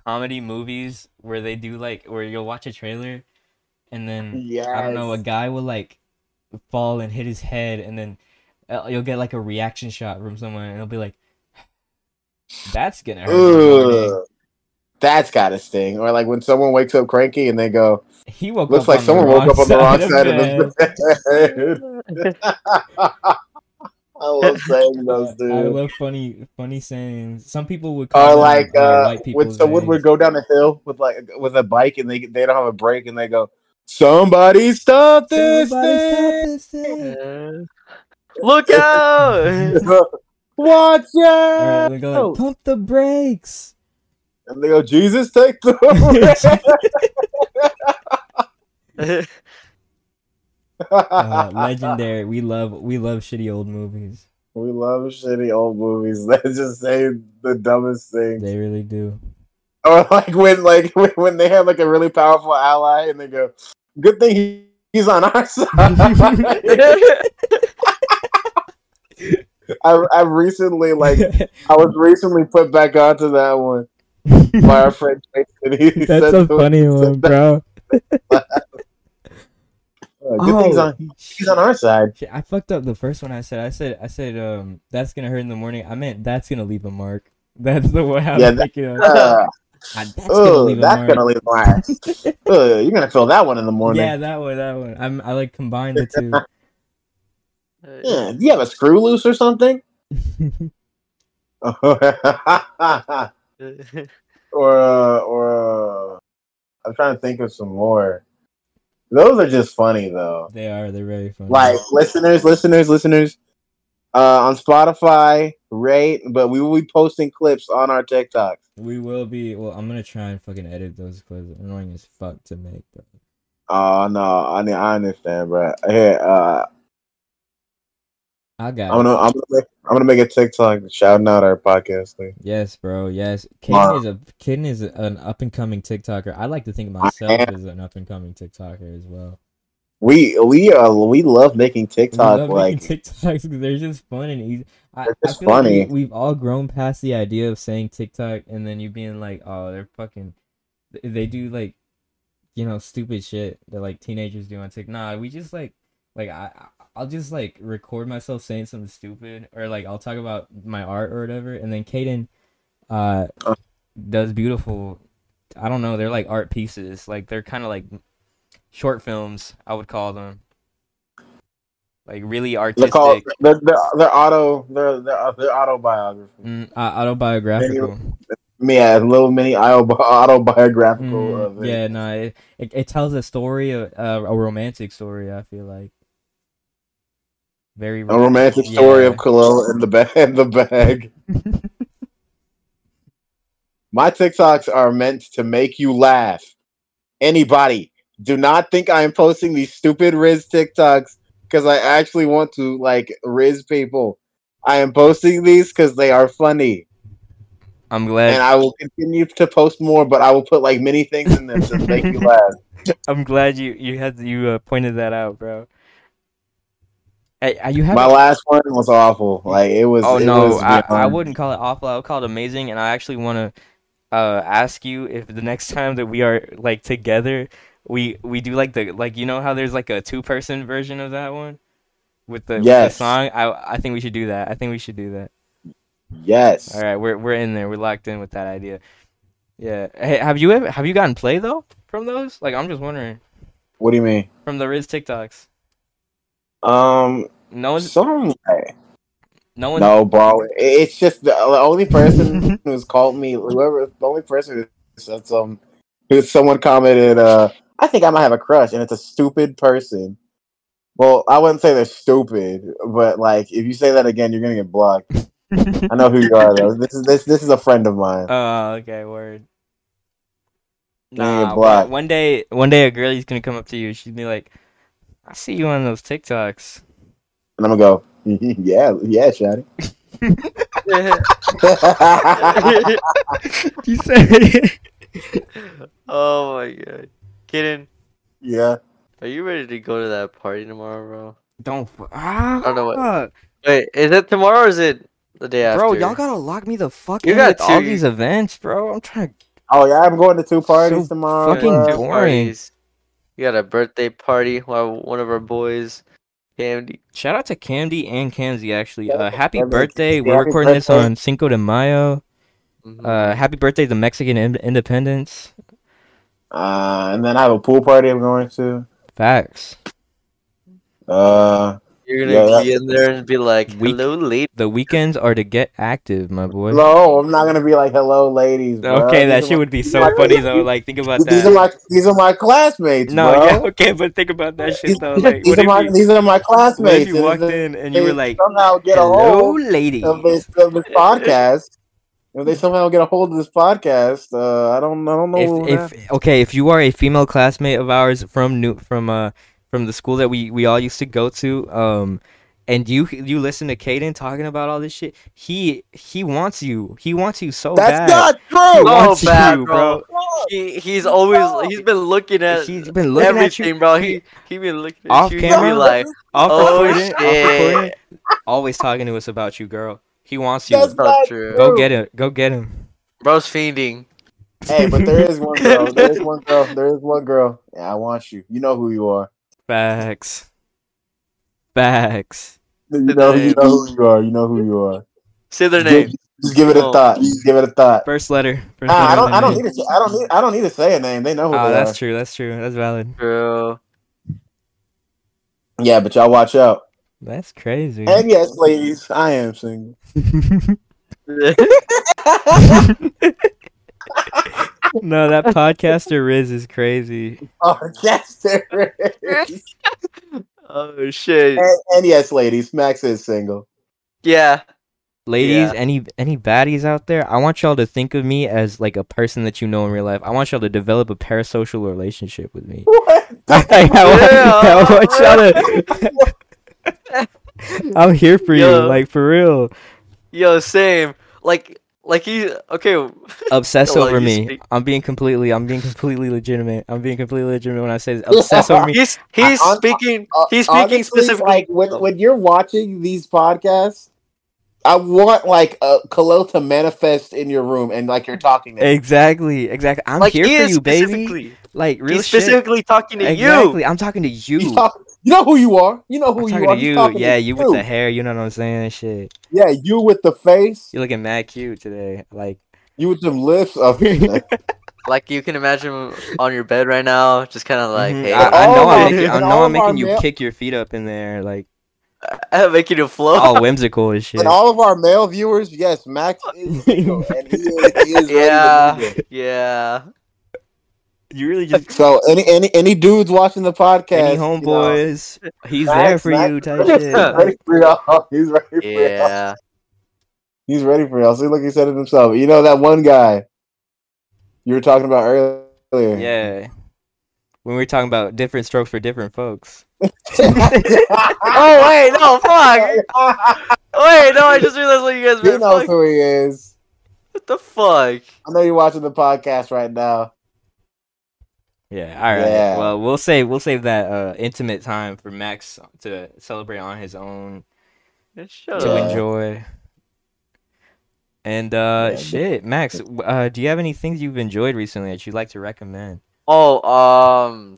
comedy movies where they do like where you'll watch a trailer, and then yes. I don't know a guy will like fall and hit his head, and then uh, you'll get like a reaction shot from someone, and it'll be like, "That's gonna hurt." your morning." Ugh. That's gotta sting. Or like when someone wakes up cranky and they go, He woke looks up like on someone the woke up on the wrong side bed." of the bed. I love saying those, dude. I love funny funny sayings. Some people would call or them, like uh, when people's someone would sayings. go down a hill with like with a bike and they they don't have a brake and they go, somebody stop this Somebody thing! stop this thing. Look out! Watch Or out! they go like, pump the brakes. and they go, Jesus, take the wheel." Uh, legendary. We love we love shitty old movies. We love shitty old movies that just say the dumbest things. They really do. or like when like when, when they have like a really powerful ally and they go, "Good thing he, he's on our side." I I recently like I was recently put back onto that one by our friend Jason. He That's a said, funny one, bro. "Uh, "Good thing he's on he's on our side." Oh, Shit, I fucked up the first one I said. I said I said um that's gonna hurt in the morning. I meant that's gonna leave a mark. That's the one I'm Yeah, that- thinking of. Uh, God, that's gonna oh, leave a that's mark. gonna leave my. uh, you're gonna feel that one in the morning. Yeah, that one, that one. I'm, I like combined the two. Yeah, do you have a screw loose or something? or uh, or uh, I'm trying to think of some more. Those are just funny though. they are. They're very funny. Like listeners, listeners, listeners. Uh, on Spotify, rate, but we will be posting clips on our TikTok. we will be. Well, I'm gonna try and fucking edit those clips. Annoying as fuck to make. But Oh no, I mean, I understand, bro. Here, uh, I got. I'm it. gonna I'm gonna make, I'm gonna make a TikTok shouting out our podcast. Thing. Yes, bro. Yes, Kaden Wow. is a Kaden is an up and coming TikToker. I like to think of myself as an up and coming TikToker as well. We we are we love making We TikTok love like making TikToks 'cause they're just fun and easy. I, They're I just feel like funny. we, have all grown past the idea of saying TikTok and then you being like, oh, they're fucking, th- they do like, you know, stupid shit that like teenagers do on TikTok. Nah, we just like, like I, I- I'll just like record myself saying something stupid or like I'll talk about my art or whatever, and then Kaden, uh, Uh. does beautiful. I don't know. They're like art pieces. Like they're kind of like short films. I would call them like really they're artistic. called they're, they're, they're auto they're, they're, they're autobiography. Mm, uh, autobiographical. Yeah, little mini auto- autobiographical Mm, of it. yeah, no, it, it, it tells a story, a, uh, a romantic story. I feel like very A romantic story of Khalil in the bag. In the bag. My TikToks are meant to make you laugh. Anybody, do not think I am posting these stupid Riz TikToks because I actually want to like Riz people. I am posting these because they are funny, I'm and glad. I will continue to post more. But I will put like many things in them to make you laugh. I'm glad you you had you uh, pointed that out, bro. Hey, uh, you have My last one was awful. Like it was. Oh it no, was I, I beyond- wouldn't call it awful. I would call it amazing, and I actually want to uh, ask you if the next time that we are like together, we we do like the like you know how there's like a two person version of that one with the, with the Yes. song. I I think we should do that. I think we should do that. Yes. All right, we're we're in there. We're locked in with that idea. Yeah. Hey, have you ever have you gotten play though from those? Like I'm just wondering What do you mean? from the Riz TikToks. Um, No one's some way. no one's No, bro. it- It's just the only person who's called me. Whoever the only person who said some, who someone commented. Uh, I think I might have a crush, and it's a stupid person. Well, I wouldn't say they're stupid, but like if you say that again, you're gonna get blocked. I know who you are though. This is this this is a friend of mine. Oh, okay, word. You need a Nah, block. one, one day, one day, a girlie's gonna come up to you. She'd be like, "I see you on those TikToks." And I'm gonna go, yeah, yeah, Shotty. you said, oh my god. Kidding. yeah. Are you ready to go to that party tomorrow, bro? "Don't." fu- Ah, don't know what- Wait, is it tomorrow or is it the day after? bro. Y'all gotta lock me the fuck You in got with all two- these events, bro. I'm trying to. Oh yeah, I'm going to two parties So tomorrow. fucking bro. Two boring. parties. You got a birthday party while one of our boys, Andy. Shout out to Candy and Kamzy, actually. Uh, happy Happy birthday. We're happy recording this birthday. on Cinco de Mayo. Uh, happy birthday to Mexican in- independence. Uh, and then I have a pool party I'm going to. Facts. Uh, You're gonna yeah, that- be in there and be like, Weak. "Hello, lady." The weekends are to get active, my boy. hello. I'm not gonna be like hello, ladies. Bro. Okay, that These are shit my- would be these so are my- funny though. Like, think about These are that. my these are my classmates, No, bro. yeah, okay, but think about that shit These, though. Like, these what are if my you, these are my what classmates. if you and walked if in and you they were like, somehow get a "Hello, hold ladies." of this of this podcast. If they somehow get a hold of this podcast, uh, I don't I don't know what would If happen. if okay, if you are a female classmate of ours from new from uh from the school that we we all used to go to, um, and you you listen to Caden talking about all this shit, he he wants you. He wants you so That's bad. not He true. No, wants Oh, bad, you, bro. He, he's always he's been looking at He's been looking at everything, you bro. He he been looking at Off you. He be camera? like, off Oh, recording, off shit. recording, always talking to us about you, girl. He wants you. That's not not true. true. Go get him. Go get him. "Bro's fiending." Hey, but there is one girl. There is one girl. There is one girl. Yeah, I want you. You know who you are. Facts. Facts. You know, you name. know who you are. You know who you are. Say their Give- name. Oh. just give it Come a on. thought. Just give it a thought. First letter. First Nah, I letter of don't. the I don't name. need to. I don't need. I don't need to say a name. They know who Oh, they that's are. true. That's true. That's valid. Bro, Yeah, but y'all watch out. That's crazy. And yes, ladies, I am single. no, that podcaster Riz is crazy. Oh, yes, there is. oh shit. And, and yes, ladies, Max is single. Yeah. Ladies, Yeah. any any baddies out there? I want y'all to think of me as like a person that you know in real life. I want y'all to develop a parasocial relationship with me. What? I, Yeah. want, I want y'all to. I'm here for you, Yo. like for real. Yo, same. Like, like he. Okay. obsess Well, over you me. speak- I'm being completely, I'm being completely legitimate. I'm being completely legitimate when I say this. obsess over me. He's he's I- I- speaking. Uh, He's speaking honestly, specifically. Like when, when you're watching these podcasts, I want like a Khalil to manifest in your room and like you're talking. To him. Exactly, exactly. I'm like here he for is you, baby. specifically. Like real he's specifically talking shit. to exactly. you. I'm talking to you. You, talk, you know who you are. You know I'm who you talking are. to He's you. talking yeah, to you, with the hair. You know what I'm saying? Shit, Yeah, you with the face, you're looking mad cute today. Like you with them lips. Oh, like, Like you can imagine him on your bed right now, just kind of like, mhm, hey, I, I all know of our- I'm making, I and know all I'm of our making you male- kick your feet up in there, like I'm making you flow. all whimsical and shit. and all of our male viewers, yes, Max is single, and he is, he is ready to Yeah. mingle. yeah. you really just So any any any dudes watching the podcast, any you know, homeboys. He's Max- there for Max- you, type shit. He's ready for y'all. He's ready for y'all. Yeah. He's ready for y'all. See, look, he said it himself. You know that one guy you were talking about earlier. Yeah. When we were talking about different strokes for different folks. oh wait, no, fuck. Wait, no, I just realized what you guys he were. knows Fuck. who he is. What the fuck? I know you're watching the podcast right now. Yeah, all right. Yeah. Well, we'll save we'll save that uh, intimate time for Max to celebrate on his own Shut to Yeah. up. enjoy. And uh Yeah, but- uh, shit, Max, w- uh do you have any things you've enjoyed recently that you'd like to recommend? Oh, um,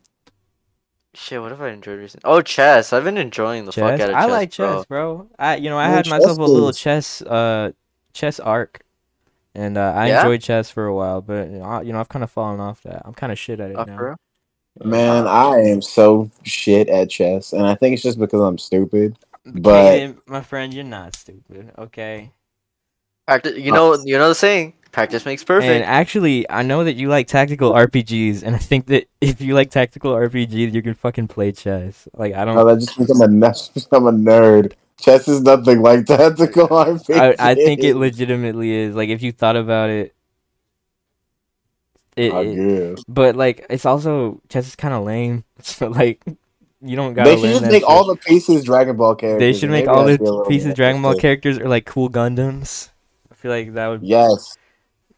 shit. What have I enjoyed recently? Oh, chess. I've been enjoying the fuck chess. out of chess. I like bro. chess, bro. I you know I Yeah, had chess myself a little is- chess uh chess arc, and uh, I Yeah? enjoyed chess for a while, but you know, I, you know I've kind of fallen off that. I'm kind of shit at it Uh, now. for real? Man, Uh-huh. I am so shit at chess, and I think it's just because I'm stupid. But Kaden, my friend, you're not stupid, okay? Practice. You Uh, know. You know the saying. Practice makes And perfect. actually, I know that you like tactical RPGs, and I think that if you like tactical RPGs, you can fucking play chess. Like I no, don't, Oh, that just means I'm a nerd. I'm a nerd. Chess is nothing like tactical RPG. I, I think it legitimately is. Like if you thought about it, it, I it- guess. but like it's also chess is kind of lame. So like you don't gotta. They should learn just that make shit. all the pieces Dragon Ball characters. They should and make maybe all I'd the be a little pieces more Dragon Ball interested. characters are like cool Gundams. I feel like that would Yes.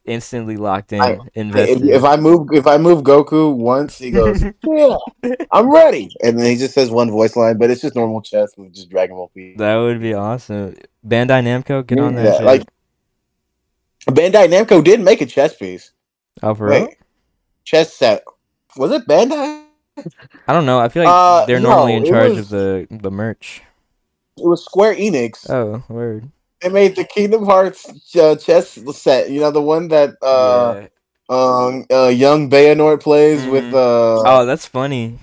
instantly locked in, I- If, invested. if I move, if I move Goku once, he goes, "Yeah, I'm ready," and then he just says one voice line, but it's just normal chess with just Dragon Ball pieces. that would be awesome. Bandai Namco, get We on need that. that, shit. like- Bandai Namco did make a chess piece. oh, for Wait, real? chess set. Was it Bandai? I don't know. I feel like Uh, they're no, normally in it charge of was- the the merch. It was Square Enix. Oh, word. they made the Kingdom Hearts uh, chess set. You know the one that uh, yeah. um, uh, young Bayonort plays with Mhm. uh, Oh, that's funny.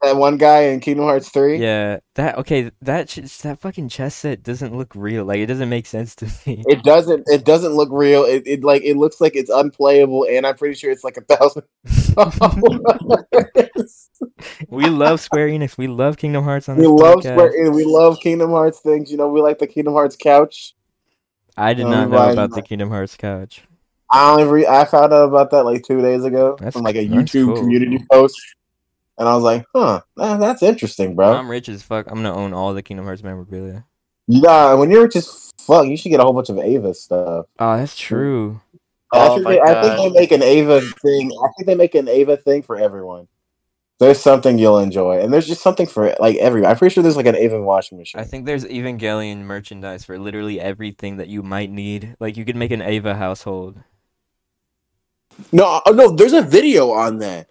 that one guy in Kingdom Hearts Three. Yeah. That okay. That ch- that fucking chess set doesn't look real. Like it doesn't make sense to me. It doesn't. It doesn't look real. It, it like it looks like it's unplayable, and I'm pretty sure it's like a thousand. dollars. we love Square Enix. We love Kingdom Hearts on we this love podcast. Square, and we love Kingdom Hearts things. You know, we like the Kingdom Hearts couch. I did No, not we know buy- about the Kingdom Hearts couch. I only re- I found out about that like two days ago That's from like a c- that's YouTube cool. community post, and I was like, "Huh, nah, that's interesting, bro." I'm rich as fuck. I'm gonna own all the Kingdom Hearts memorabilia. Nah, when you're rich as fuck, you should get a whole bunch of Ava stuff. Oh, that's true. I, Oh think my they, I think God. they make an Ava thing. I think they make an Ava thing for everyone. There's something you'll enjoy, and there's just something for like everyone. I'm pretty sure there's like an Ava washing machine. I think there's Evangelion merchandise for literally everything that you might need. Like you could make an Ava household. no, oh, no, there's a video on that.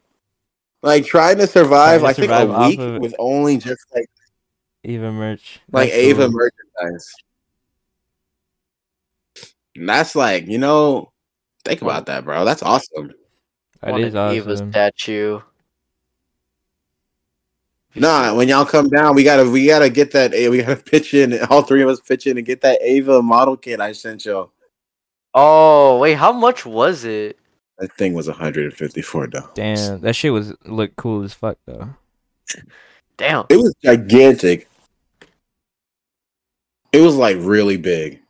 Like trying to survive, Trying to I survive think off a week of- with only just like Ava merch. like That's Ava cool. merchandise. And that's like you know, think about that, bro. That's awesome. That Want is an Eva awesome. statue. Nah, when y'all come down, we gotta we gotta get that. eh, We gotta pitch in. All three of us pitch in and get that Ava model kit I sent y'all. Oh wait, how much was it? That thing was one hundred and fifty four dollars. Damn, that shit was looked cool as fuck though. Damn. it was gigantic. It was like really big.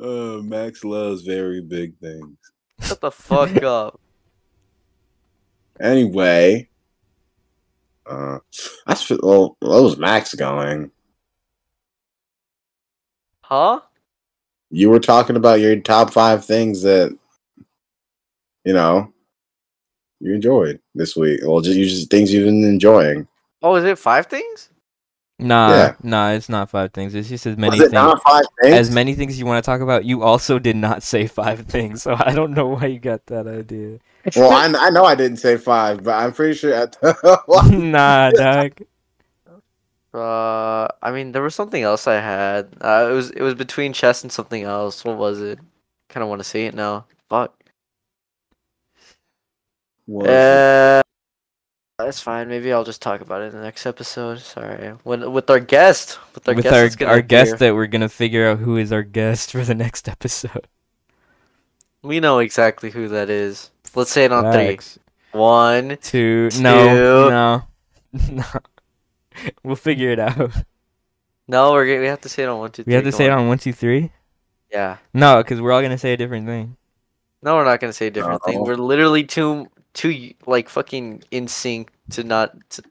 Uh, Max loves very big things. Shut the fuck up. Anyway, uh, that's well, that was Max going. Huh? You were talking about your top five things that you know you enjoyed this week. Well, just, you just things you've been enjoying. Oh, is it five things? Nah, Yeah. nah, it's not five things. It's just as many Was it things not five things? as many things you want to talk about. You also did not say five things, so I don't know why you got that idea. well, I, I know I didn't say five, but I'm pretty sure. At the, nah, dog. Uh, I mean, there was something else I had. Uh, it was it was between chess and something else. What was it? Kind of want to see it now. Fuck. Was it- Uh, that's fine. Maybe I'll just talk about it in the next episode. Sorry. When with our guest, with our with guest, our that's gonna our guest appear. that we're gonna figure out who is our guest for the next episode. we know exactly who that is. Let's say it on three. Facts. One. Two. Two. No. No. No. We'll figure it out. No, we're gonna, we have to say it on one, two, three. We have to say it on one, two, three. Yeah. No, because we're all gonna say a different thing. No, we're not gonna say a different thing. No. We're literally too too like fucking in sync to not. To,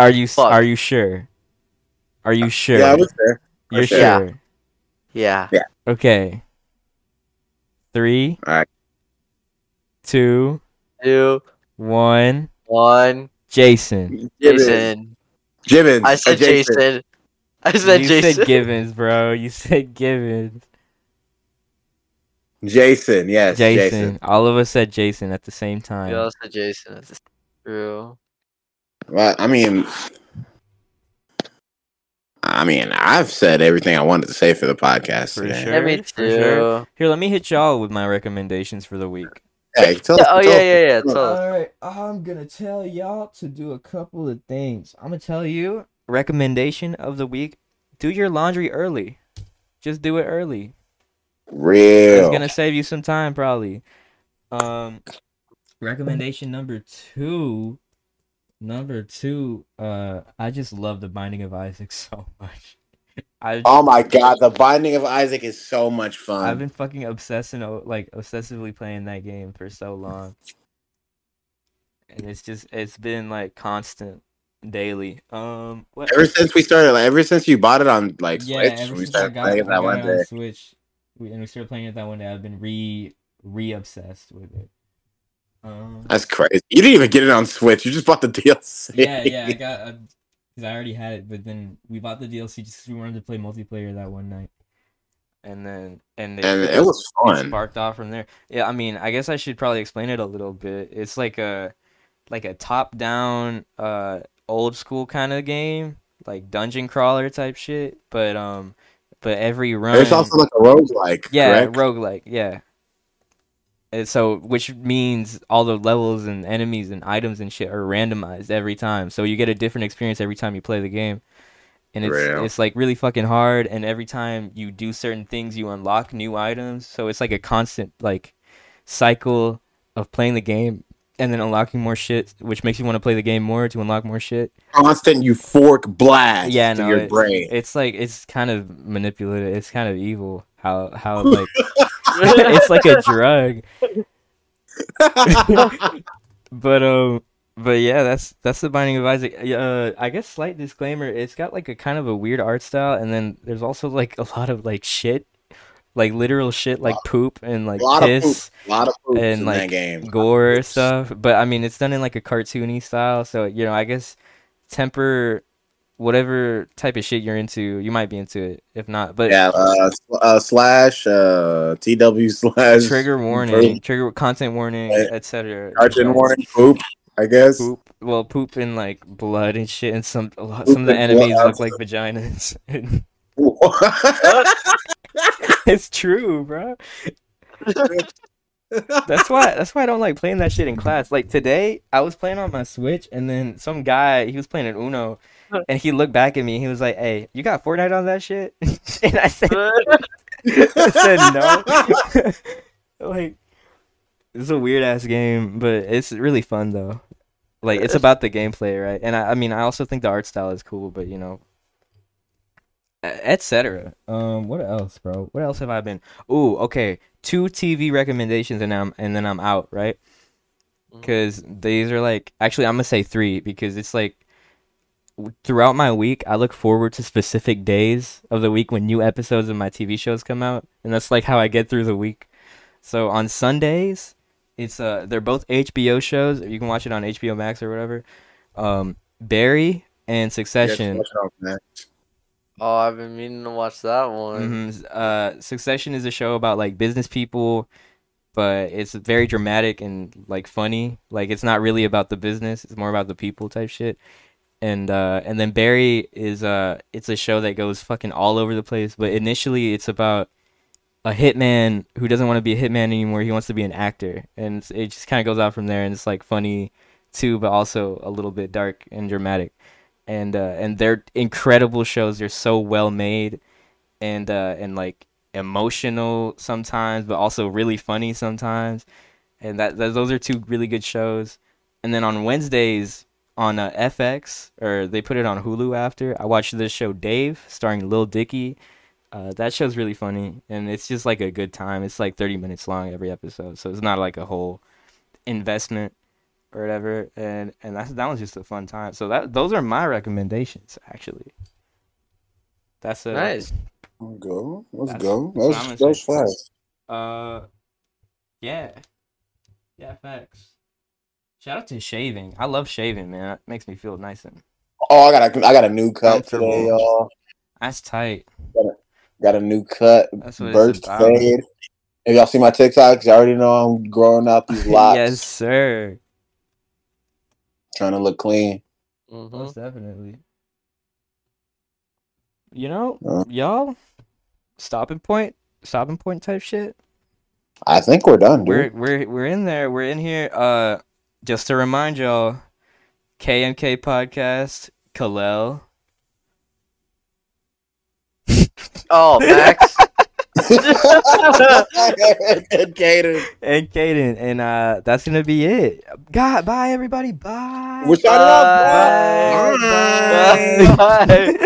Are you s Fuck. Are you sure? Are you sure? Uh, Yeah, I was there. You're sure. sure. Yeah. yeah. Okay. Three. Alright. Two. Two, One. one. Given. Jason. Jimin. I said Jason. I said you Jason. said Givens, bro. You said Givens. Jason, yes, Jason. Jason. All of us said Jason at the same time. We all said Jason. That's true. Well, I mean, I mean, I've said everything I wanted to say for the podcast. For today. sure. Yeah, me for sure. too. Here, let me hit y'all with my recommendations for the week. Hey, tell us- Oh tell yeah, us- yeah, yeah. Tell us. right, I'm gonna tell y'all to do a couple of things. I'm gonna tell you recommendation of the week: do your laundry early. Just do it early. It's Real. gonna save you some time, probably. Um, recommendation number two. Number two. Uh, I just love the Binding of Isaac so much. I Oh my god, the Binding of Isaac is so much fun. I've been fucking obsessing, o- like obsessively playing that game for so long, and it's just it's been like constant, daily. Um, what? ever since we started, like, ever since you bought it on like yeah, Switch, ever we since I started got, I playing it that got one it on day. Switch, we, and we started playing it that one day, I've been re re obsessed with it. Um, That's crazy. You didn't even get it on Switch. You just bought the DLC. yeah, yeah, I got because I already had it, but then we bought the DLC just 'cause we wanted to play multiplayer that one night, and then and, and it was It fun. sparked off from there. Yeah, I mean, I guess I should probably explain it a little bit. It's like a like a top down uh old school kind of game, like dungeon crawler type shit, but um but every run There's also like a roguelike. yeah, correct? roguelike, yeah. And so which means all the levels and enemies and items and shit are randomized every time. So you get a different experience every time you play the game. And it's Real. it's like really fucking hard and every time you do certain things you unlock new items. So it's like a constant like cycle of playing the game and then unlocking more shit, which makes you want to play the game more to unlock more shit. constant euphoric blast Yeah, yeah, no, your it- brain. It's like it's kind of manipulative. It's kind of evil how how like it's like a drug. but um but yeah that's that's the binding of isaac uh i guess slight disclaimer it's got like a kind of a weird art style and then there's also like a lot of like shit like literal shit like poop and like a lot of poop. piss A lot of poops and, in like, that game. gore Oops. stuff but i mean it's done in like a cartoony style so you know i guess temper whatever type of shit you're into you might be into it if not but Yeah, uh, sl- uh, slash uh, TW slash trigger warning trigger content warning Right. etc Argent warning poop. I guess. poop well poop in like blood and shit and some a lot, some of the Poop and enemies blood. look like vaginas it's true bro that's why that's why i don't like playing that shit in class like today i was playing on my switch and then some guy he was playing an uno and he looked back at me and he was like hey you got fortnite on that shit and i said I said no. like, it's a weird ass game, but it's really fun though. Like, it's about the gameplay, right? And I, I mean, I also think the art style is cool, but you know, etc. E, Um, what else, bro? What else have I been? Ooh, okay, two TV recommendations, and I'm and then I'm out, right? Because these are like, actually, I'm gonna say three because it's like w- throughout my week, I look forward to specific days of the week when new episodes of my TV shows come out, and that's like how I get through the week. So on Sundays, it's uh they're both HBO shows. You can watch it on HBO Max or whatever. Um, Barry and Succession. Oh, I've been meaning to watch that one. hmm Uh, Succession is a show about like business people, but it's very dramatic and like funny. Like it's not really about the business; it's more about the people type shit. And uh, and then Barry is uh, it's a show that goes fucking all over the place. But initially, it's about a hitman who doesn't want to be a hitman anymore. He wants to be an actor, and it's, it just kind of goes out from there. And it's like funny too, but also a little bit dark and dramatic. And uh, and they're incredible shows. They're so well made and uh and like emotional sometimes but also really funny sometimes and that, that those are two really good shows and then on wednesdays on uh, fx or they put it on hulu after i watched this show dave starring lil dicky uh, that show's really funny and it's just like a good time it's like 30 minutes long every episode so it's not like a whole investment or whatever and and that's, that was just a fun time so that those are my recommendations actually that's uh, a Nice. Let's go. Let's That's- go. that's what That was, I'm gonna that was say. fast. Uh, yeah, yeah, facts. Shout out to shaving. I love shaving, man. It makes me feel nice and Oh, I got a, I got a new cut Comfortable. today, y'all. that's tight. Got a new cut. That's what it's Burst about. fade. If y'all see my TikToks, you already know I'm growing out these locks, yes, sir. trying to look clean. Mm-hmm. Most definitely. You know, Uh. y'all, stopping point, stopping point type shit. I think we're done, dude. We're we're we're in there. We're in here. Uh, just to remind y'all, KMK podcast, Kalel. Oh, Max. Cater. and Caden, and uh, that's gonna be it. God, bye everybody. Bye. We're starting off. Bye. Bye. Bye. Bye.